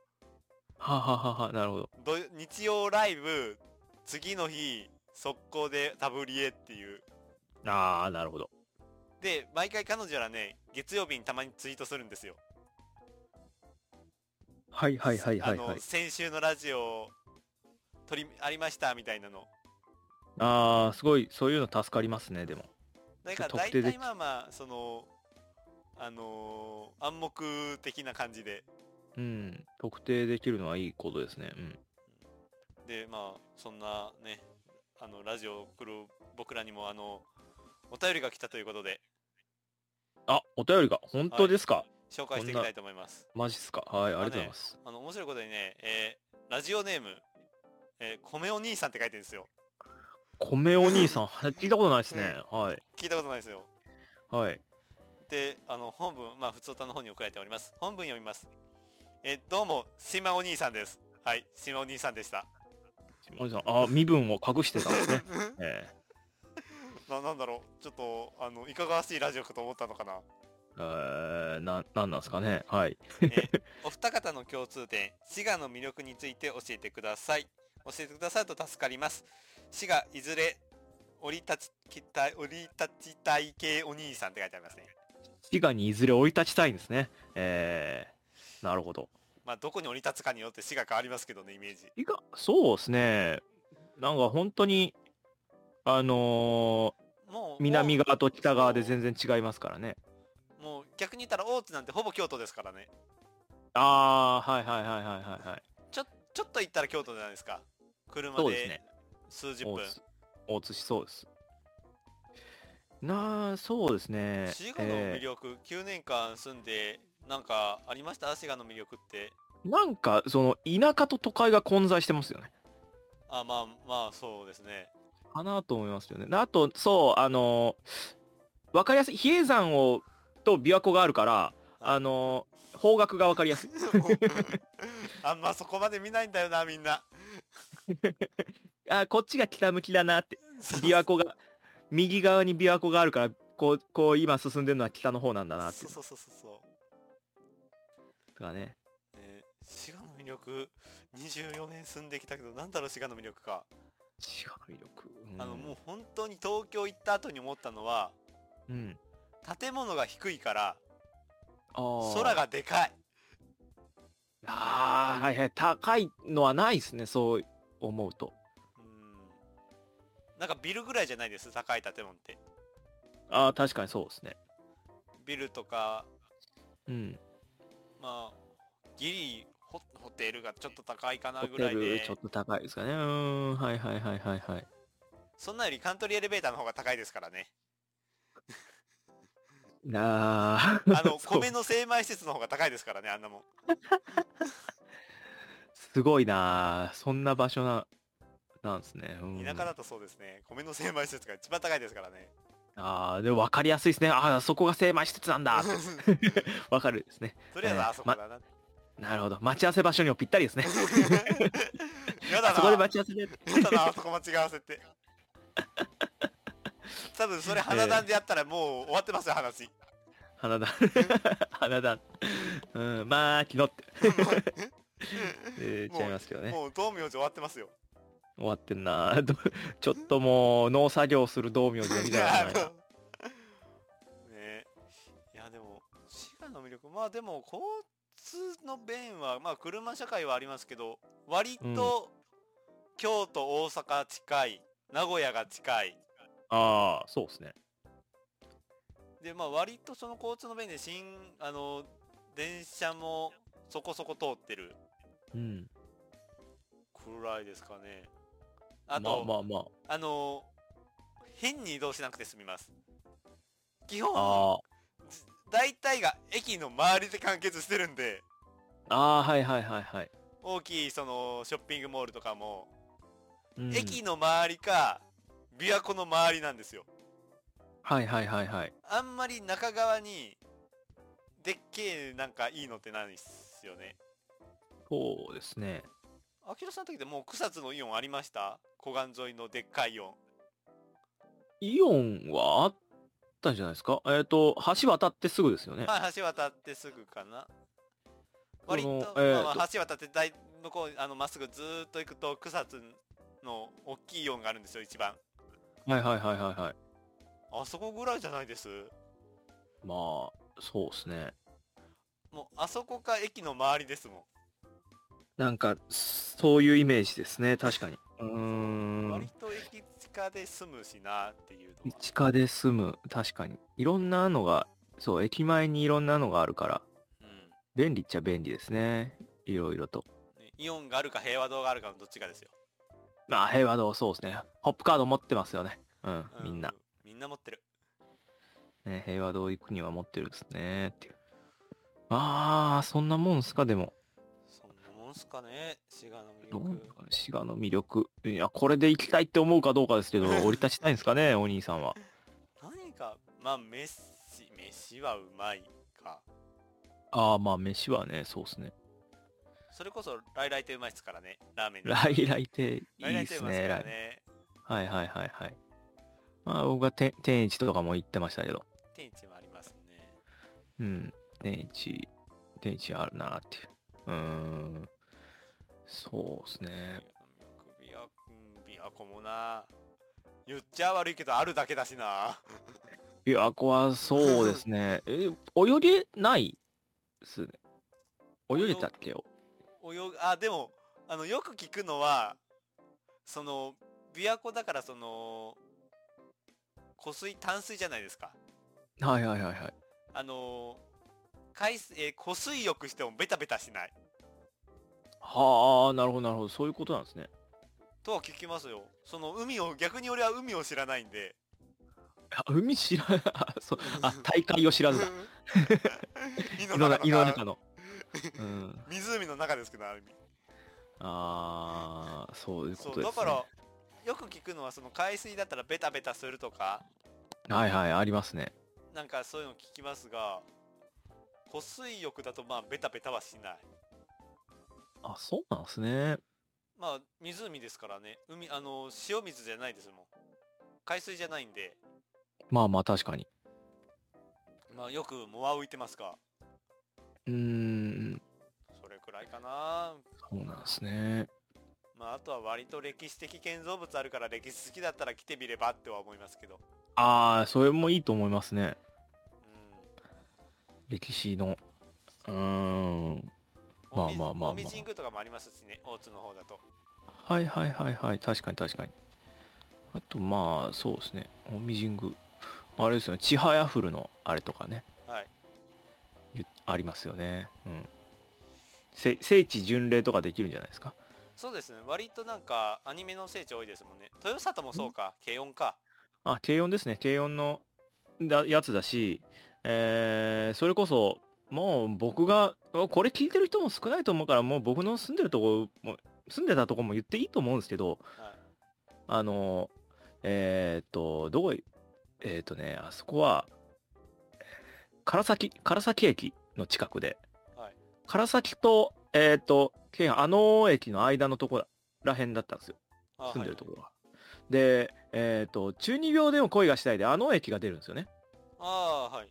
はあはあはあはあなるほど。
ど日曜ライブ、次の日、速攻でタブリエっていう。
ああ、なるほど。
で、毎回彼女らね、月曜日にたまにツイートするんですよ。
はいはいはいはいは
あの、。
い
先週のラジオ、撮り、ありましたみたいなの。
ああ、すごい、そういうの助かりますね、でも。
だから
特
大
定で
体まあまあ、その、あのー暗黙的な感じで。
うん。特定できるのはいいことですね。うん。
で、まあ、そんなね、あの、ラジオを送る僕らにも、あの、お便りが来たということで、
あ、お便りが、本当ですか、
紹介していきたいと思います。
マジっすかはい、ありがとうございます。
あの、面白いことにね、えーラジオネーム、えー米お兄さんって書いてるんですよ。
米お兄さん、聞いたことないですね。はい。
聞いたことないですよ。
はい。
で、あの、本文、まあ、普通歌の方に送られております。本文読みます。えーどうも、シマお兄さんです。はい、シマお兄さんでした。
お兄さん、あ、身分を隠してたんですね。 え
な、なんだろう、ちょっと、あの、いかがわしいラジオかと思ったのかな。
ええー、な、なんなんですかね。はい。
えーお二方の共通点、滋賀の魅力について教えてください。教えてくださると助かります。滋賀、いずれ、折り立ち、た折り立ちたい系お兄さんって書いてありますね。
滋賀にいずれ追い立ちたいんですね。ええー、なるほど。
まあ、どこに降り立つかによって死が変わりますけどね、イメージ。
いか、そうですね。なんか本当に、あのー、
もう、
南側と北側で
も
全然違いますからね。
う、もう逆に言ったら大津なんてほぼ京都ですからね。
ああ、はいはいはいはいはいはい。
ちょ、ちょっと行ったら京都じゃないですか。車
そうです
で
ね。
数十分。
大津。大津市そうです。なあ、そうですね。
滋賀の魅力、9年間住んで、なんかありました滋賀の魅力って。
えーなんか、その、田舎と都会が混在してますよね。
あ、まあまあ、そうですね。
かなと思いますよね。あと、そう、あのー、わかりやすい。比叡山を、と琵琶湖があるから、あのー、方角がわかりやすい。
あんまそこまで見ないんだよな、みんな。
あー、こっちが北向きだなって。琵琶湖が、右側に琵琶湖があるから、こう、こう今進んでるのは北の方なんだなっ
そ
てい
う
う。
そうそうそうそう。
とかね。
えー滋賀の魅力、24年住んできたけど、なんだろう、滋賀の魅力か。
滋賀の魅力。
あの、もう本当に東京行った後に思ったのは、
うん。うん。
建物が低いから、
空
空がでかい。
あーはいはい高いのはないですねそう思うと
うん。なんかビルぐらいじゃないです、高い建物って。
ああ確かにそうですね
ビルとか、
うん
まあ、ギリホ、ホテルがちょっと高いかな
ホ
ぐ
テ
らい
ル
で
ちょっ、と高いですかねうーんはいはいはいはいはい
そんなよりカントリーエレベーターの方が高いですからね。
なあ
あの、
そう
米の精米施設の方が高いですからね、あんなもん。
すごいなあそんな場所ななんですね、うん、
田舎だとそうですね。米の精米施設が一番高いですからね。
ああでも分かりやすいですねああそこが精米施設なんだって分かるですね
とりあえず
えー
あそこだな。
なるほど待ち合わせ場所にもぴったりですね
やだ
あ
な。
そこで待ち合わせで
ただあそこ間違わせて多分それ花壇でやったらもう終わってますよ話
花壇 花壇うん まあ昨日って、えー、
もう
違いますけどね
もう道明寺終わってますよ
終わってんな。 どちょっともう、農作業する道明寺みたいなのない な。
ねいやでも滋賀の魅力まあでも交通の便はまあ車社会はありますけど割と京都大阪近い名古屋が近い
ああ、そうですね。
でまあ割とその交通の便で新あの電車もそこそこ通ってる
うん。
くらいですかね
ま
あ
あ
と、
まあまあ。
あの変に移動しなくて済みます基本
ああ。
大体が駅の周りで完結してるんで
ああ、はいはいはいはい。
大きいそのショッピングモールとかも、
うん
駅の周りか琵琶湖の周りなんですよ
はいはいはいはい。
あんまり中側にでっけえなんかいいのってないっすよね
そうですね。
秋田さんの時でもう草津のイオンありました湖岸沿いのでっかいイオン
イオンはあったんじゃないですかえっ、と、橋渡ってすぐですよね。
まあ橋渡ってすぐかな
この
割と、
え
まあ
ー
まあ橋渡って大向こうあのまっすぐずーっと行くと草津の大きいイオンがあるんですよ一番
はいはいはいはいはい。
あそこぐらいじゃないです
まあ、そうですね。
もうあそこか駅の周りですもん
なんか、そういうイメージですね。確かに。うー
割
ん。
と駅近で住むしなっていうのは
地下で住む。確かに。いろんなのが、そう、駅前にいろんなのがあるから、
う
便利っちゃ便利ですね。いろいろと。
んねイオンがあるか平和堂があるかのどっちかですよ、
まあ、平和堂、そうですね。ホップカード持ってますよね。うん、
う
みんな。
みんな持ってる
ね、平和堂行くには持ってるんですね。っていう。ああ、そんなもんすか、でも。
そんなもんすかね滋賀の魅
どうなん
力
ですかね滋賀の魅力。いや、これで行きたいって思うかどうかです けど、降り立ちたいんですかね、お兄さんは。
何かまあ飯飯はうまいか
ああ、まあ、飯はね、そうですね。
それこそ来来亭うまいっすからねラーメン
ライライ亭、いい
来
で
亭う
す
まいっす
ね、
から
ライ。
ね
はいはいはいはい。まあ、僕はて天一とかも行ってましたけど、
天一もありますね
うん、天一、天一あるなっていう。うーん。そうですね。
琵琶湖琵琶湖もな言っちゃ悪いけどあるだけだしな
琵琶湖はそうです ね。え、泳げないっすね。泳げたっけよ。
泳ぐあでもあのよく聞くのはその琵琶湖だからその湖水淡水じゃないですか
はいはいはいはい。
あの海水、えー湖水浴してもベタベタしない
はあ、なるほどなるほど。そういうことなんですね。
とは聞きますよその海を逆に俺は海を知らないんで
あ海知らない。あそうあ、大海を知らずだ。
井
井の中井の中
の
の。うん。
湖の中ですけどある意味
ああ、そういうこ
そ
と
う
です、
だ
ね。
からよく聞くのはその海水だったらベタベタするとか
はいはい、ありますね。
なんかそういうの聞きますが湖水浴だとまあベタベタはしない
あ、そうなんですね。
まあ湖ですからね海あの塩水じゃないですもん海水じゃないんで
まあまあ、確かに。
まあよく藻は浮いてますが
うーん、
それくらいかな
そうなんですね。
まああとは割と歴史的建造物あるから歴史好きだったら来てみればっては思いますけど
ああ、それもいいと思いますね。
う
歴史の。うーん。
ん
まあまあまあまあ
近江神宮とかもありますしね大津の方だと
はいはいはいはい、確かに確かに。あと、まあ、そうですね。おみじんぐ。あれですよね。ちはやふるの、あれとかね。
はい
ゆありますよね。うん。せ聖地巡礼とかできるんじゃないですか。
そうですね割となんかアニメの聖地多いですもんね豊里もそうか慶音か
あ、軽音ですね。軽音のだやつだし、えー、それこそ、もう僕が、これ聞いてる人も少ないと思うから、もう僕の住んでるとこも、住んでたとこも言っていいと思うんですけど、
はい
あの、えー、っと、どこい、えー、っとね、あそこは、唐崎、唐崎駅の近くで、
はい
唐崎と、えー、っと、京阪あの駅の間のとこら辺だったんですよ。
あ
住んでると
はい
ころは。で、えっ、と、中二病でも恋がしたいで、あの駅が出るんですよね。
ああはい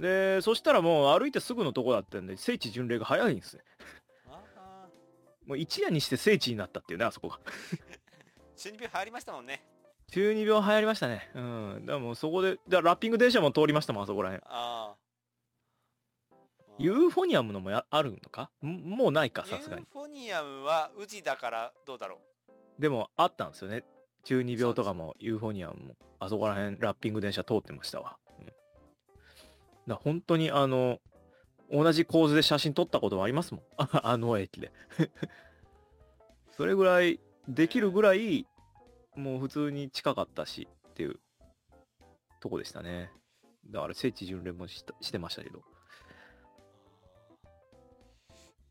で、そしたらもう歩いてすぐのとこだったんで、聖地巡礼が早いんですね。
ああ
もう一夜にして聖地になったっていうね、あそこが。
中二病入りましたもんね。
中二病流行りましたね。うん。でもうそこで、だラッピング電車も通りましたもん、あそこらへん。
ああ。
ユーフォニアムのもやあるのかんもうないか、さすが
ユ
に
ー。フォニアムは宇治だからどうだろ
でも、あったんですよね。中二病とかも、ユーフォニアムも、あそこらへん、ラッピング電車通ってましたわ。うん、だから本当に、あの、同じ構図で写真撮ったこともありますもん。 ああの駅で。 それぐらい、できるぐらい、もう普通に近かったし、っていう、とこでしたね。だから、聖地巡礼もしたしてましたけど。
う。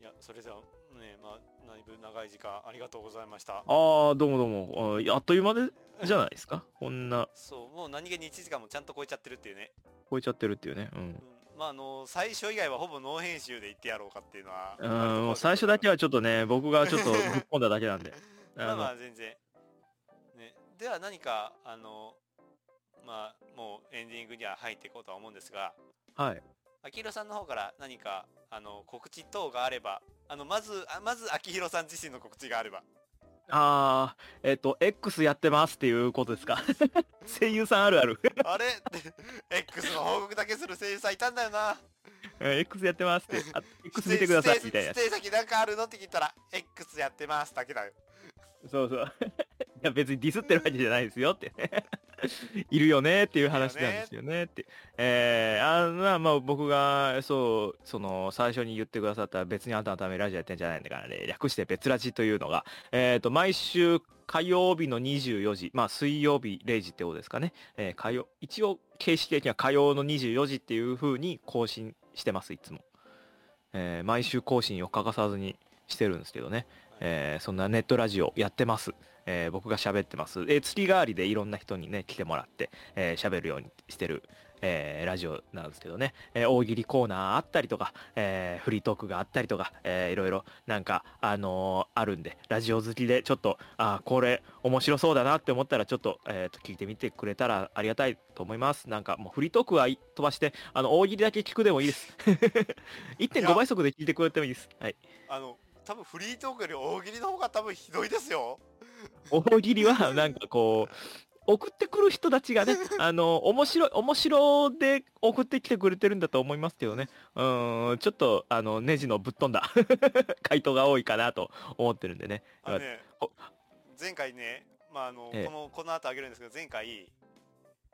いや、それじゃあ、ね、まあ、だいぶ長い時間ありがとうございました。
ああ、どうもどうも。あーあっという間で、じゃないですか。こんな、
そう、もう何気に1時間もちゃんと超えちゃってるっていうね。
超えちゃってるっていうね。う。
うんん、まあ、あの、最初以外はほぼノー編集で言ってやろうかっていうのは。
うん、もう最初だけ
は。
はちょっとね、僕がちょっとぶっ込んだだけなんで。あ の
まあまあ、全然。ね、では何か、あの、まあ、もうエンディングには入っていこうとは思うんですが、
はい。
秋広さんの方から何か、あの、告知等があれば、あの、まず、あまず秋広さん自身の告知があれ ば。
ああ、えっ、と、X やってますっていうことですか。 声優さんあるある。
あれ ?X の報告だけする声優さんいたんだよな。
え X やってますって。あ X 見てください
ステ
みたいなや
ステージ先なんかあるのって聞いたら、X やってますだけだよ。
つ。そうそう。い や、別にディスってるわけじゃないですよって。 いるよねっていう話なんですよねって。えー、あまあまあ僕が、そう、その、最初に言ってくださった別にあんたのためにラジオやってんじゃないんだからね、略して別ラジというのが、えっ、と、毎週火曜日の24時、まあ水曜日0時ってことですかね。えー火曜、一応形式的には火曜の24時っていう風に更新してます、いつも。えー毎週更新を欠かさずにしてるんですけどね。えーそんなネットラジオやってます。えー僕が喋ってます。えー月替わりでいろんな人にね、来てもらって、えー喋るようにしてる、えーラジオなんですけどね、えー大喜利コーナーあったりとか、えーフリートークがあったりとか、えーいろいろなんか、あのーあるんで、ラジオ好きでちょっと、あーこれ面白そうだなって思ったら、ちょっと、えーと聞いてみてくれたらありがたいと思います。なんかもうフリートークはい飛ばして、あの、大喜利だけ聞くでもいいです。
いや
1.5倍速で聞いてくれてもいいです。はい。
あの、多分フリートークより大喜利の方が多分ひどいですよ。
大喜利はなんかこう送ってくる人たちがねあの面白い面白で送ってきてくれてるんだと思いますけどねうーんちょっとあのネジのぶっ飛んだ 回答が多いかなと思ってるんでね
あのね
お、
前回ね、まあ、あの、
ええ
この、この後あげるんですけど、前回、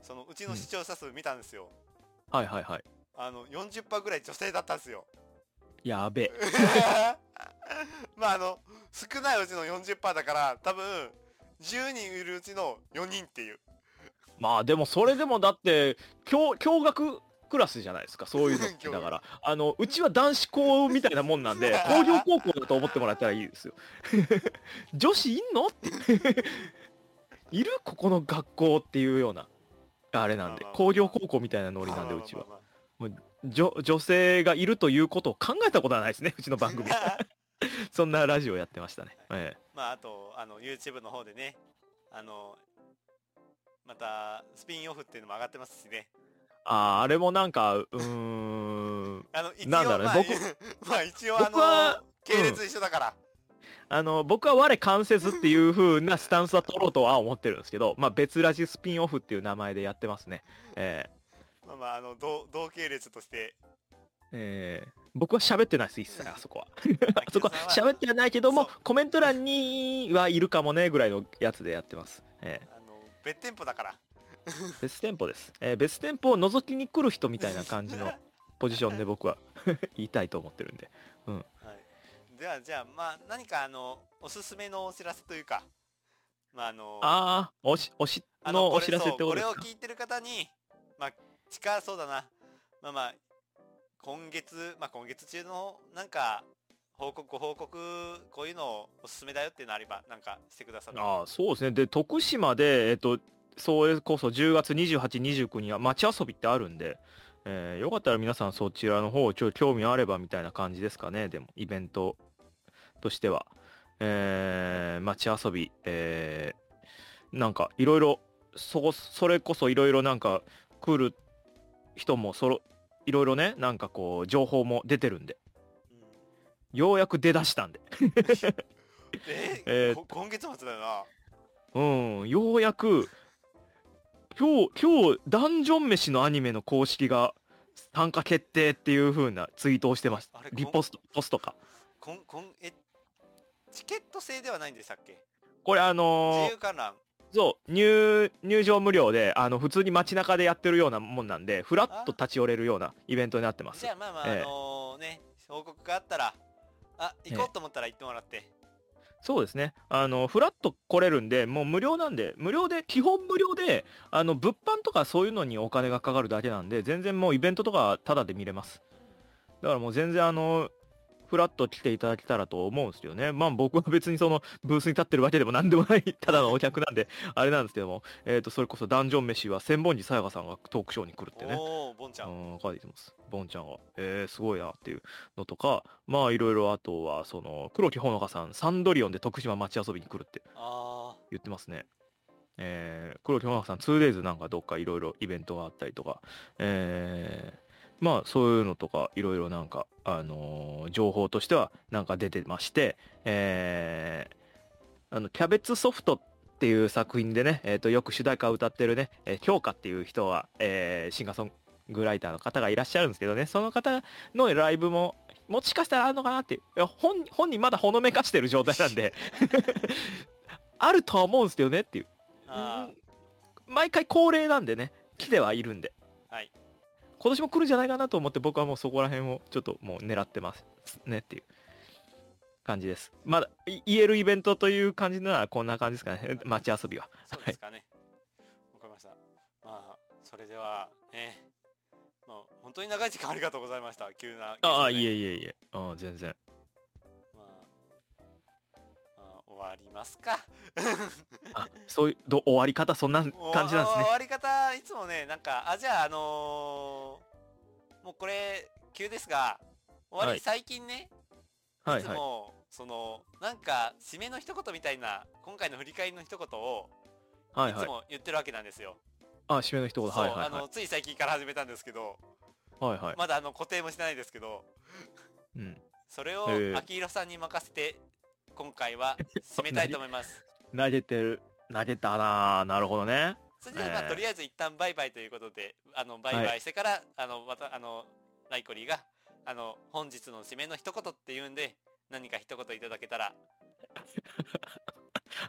その、うちの視聴者数見たんですよ。
はいはいはい
あの、40%ぐらい女性だったんですよ。
やべえ
まあ、あの、少ないうちの40%だから、多分、10人いるうちの4人っていう。
まあでもそれでもだって驚驚愕クラスじゃないですかそういうのって
驚愕
だからあのうちは男子校みたいなもんなんで 工業高校だと思ってもらったらいいですよ 女子いんのって いるここの学校っていうようなあれなんで
まあまあまあ
工業高校みたいなノリなんで
まあ
う
まあ
ちは
まあまあ
女女性がいるということを考えたことはないですねう ちの番組そんなラジオやってましたね、ええ、
まああとあの YouTube の方でねあのまたスピンオフっていうのも上がってますしね
あーあれもなんかうーん
あの一応
なんだろうね
まあ、 まあ一応あ
僕は
の系列一緒だから、
あの僕は我関せずっていう風なスタンスは取ろうとは思ってるんですけど、まあ、別ラジスピンオフっていう名前でやってますね。えー
まあまああの同同系列として
えー僕は喋ってないです、一切あそこは。あそこは
秋田さんは
喋ってはないけども
そ、
コメント欄にはいるかもねぐらいのやつでやってます。え
あの別店舗だから
ー別店舗です、えー別店舗を覗きに来る人みたいな感じのポジションで僕は 言いたいと思ってるんで。
はい、ではじゃあまあ何かあのおすすめのお知らせというかまああの
ああ、おし、おし
あ
の
こ
お
れ
知らせっ
そ
てこ
うことれ
です
を
か。
聞いてる方にまあ近そうだなまあまあ今月まあ今月中のなんか報告ご報告こういうのをおすすめだよっていうのあればなんかしてくださる
ああそうですねで徳島でえっとそれこそ10月2829には街遊びってあるんで、えーよかったら皆さんそちらの方ちょっと興味あればみたいな感じですかねでもイベントとしては、えー、街遊び、えー、なんかいろいろそこそれこそいろいろなんか来る人もそろいろいろねなんかこう情報も出てるんで
うん
ようやく出だしたんで
え
えー
こ今月末だよな
うん、ようやく、今日、今日、ダンジョン飯のアニメの公式が参加決定っていう風なツイートをしてました
あれ。
リポスト、ポストか。
こんこんえチケット制ではないんでしたっけ
これあの
自由観覧
ーそう、入、入場無料で、あの、普通に街中でやってるようなもんなんで、ふらっと立ち寄れるようなイベントになってます
じゃ。あまあまあ、
ええ
あのね報告があったらあ行こうと思ったら行ってもらって、
そうですね。あの、フラッと来れるんで、もう無料なんで、無料で、基本無料で、あの、物販とかそういうのにお金がかかるだけなんで、全然もうイベントとかはタダで見れます。だからもう全然あの、フラッと来ていただけたらと思うんですけどね。まあ僕は別にそのブースに立ってるわけでも何でもない、ただのお客なんで、あれなんですけども、えっ、と、それこそダンジョン飯は千本寺さやかさんがトークショーに来るってね。
おおボンちゃん、
うん、書いてます。ボンちゃんは。えー、すごいなっていうのとか、まあいろいろあとは、その、黒木ほのかさん、サンドリオンで徳島町遊びに来るって
あ
言ってますね。えー、黒木ほのかさん、2days なんかどっかいろいろイベントがあったりとか、えー、まあそういうのとかいろいろなんか、あのー情報としてはなんか出てまして、えー、あの、キャベツソフトっていう作品でね、えー、とよく主題歌を歌ってるね、えー、京香っていう人は、えーシンガーソングライターの方がいらっしゃるんですけどね、その方のライブも、もしかしたらあるのかなっていう、いや本本人まだほのめかしてる状態なんで、あるとは思うんですけどねっていう。
ーあ
毎回恒例なんでね来てはいるんで
はい
今年も来るんじゃないかなと思って僕はもうそこら辺をちょっともう狙ってますねっていう感じですまだい言えるイベントという感じならこんな感じですかね 街遊びは
ーそうですかねわかりましたまあそれではねもう本当に長い時間ありがとうございました急な
ああ
ゲストで
いえいえいえああ全然
まあ、まあ、終わりますか
あそういうど終わり方そんな 感じなんです
おお終
ね
わり方いつもねなんかあじゃああのーもうこれ急ですが終わ
はい
り最近ね、、
はいい
つ
はい
も、そのなんか締めの一言みたいな今回の振り返りの一言を
はい
い
は
つ
い
も言ってるわけなんですよ、
あ締めの一言はいはい
そうあ
は
のつい最近から始めたんですけど、
いはいはい
まだあの固定もしてないですけど
うん
それを
ええ
秋広さんに任せて今回は締めたいと思い ます
投げてる投げたなあなるほどね
それじゃあ、まあ
えー
とりあえず一旦バイバイということで、あの、バイバイしてから、あの、また、あの、ライコリーが、あの、本日の締めの一言って言うんで、何か一言いただけたら、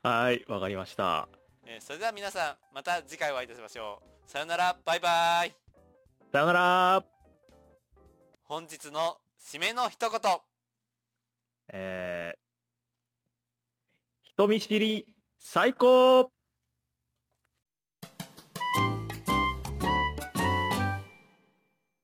はいわかりました
えーそれでは皆さん、また次回お会いいたしましょう。さよなら、バイバイ
さよなら
本日の締めの一言
えー、人見知り、最高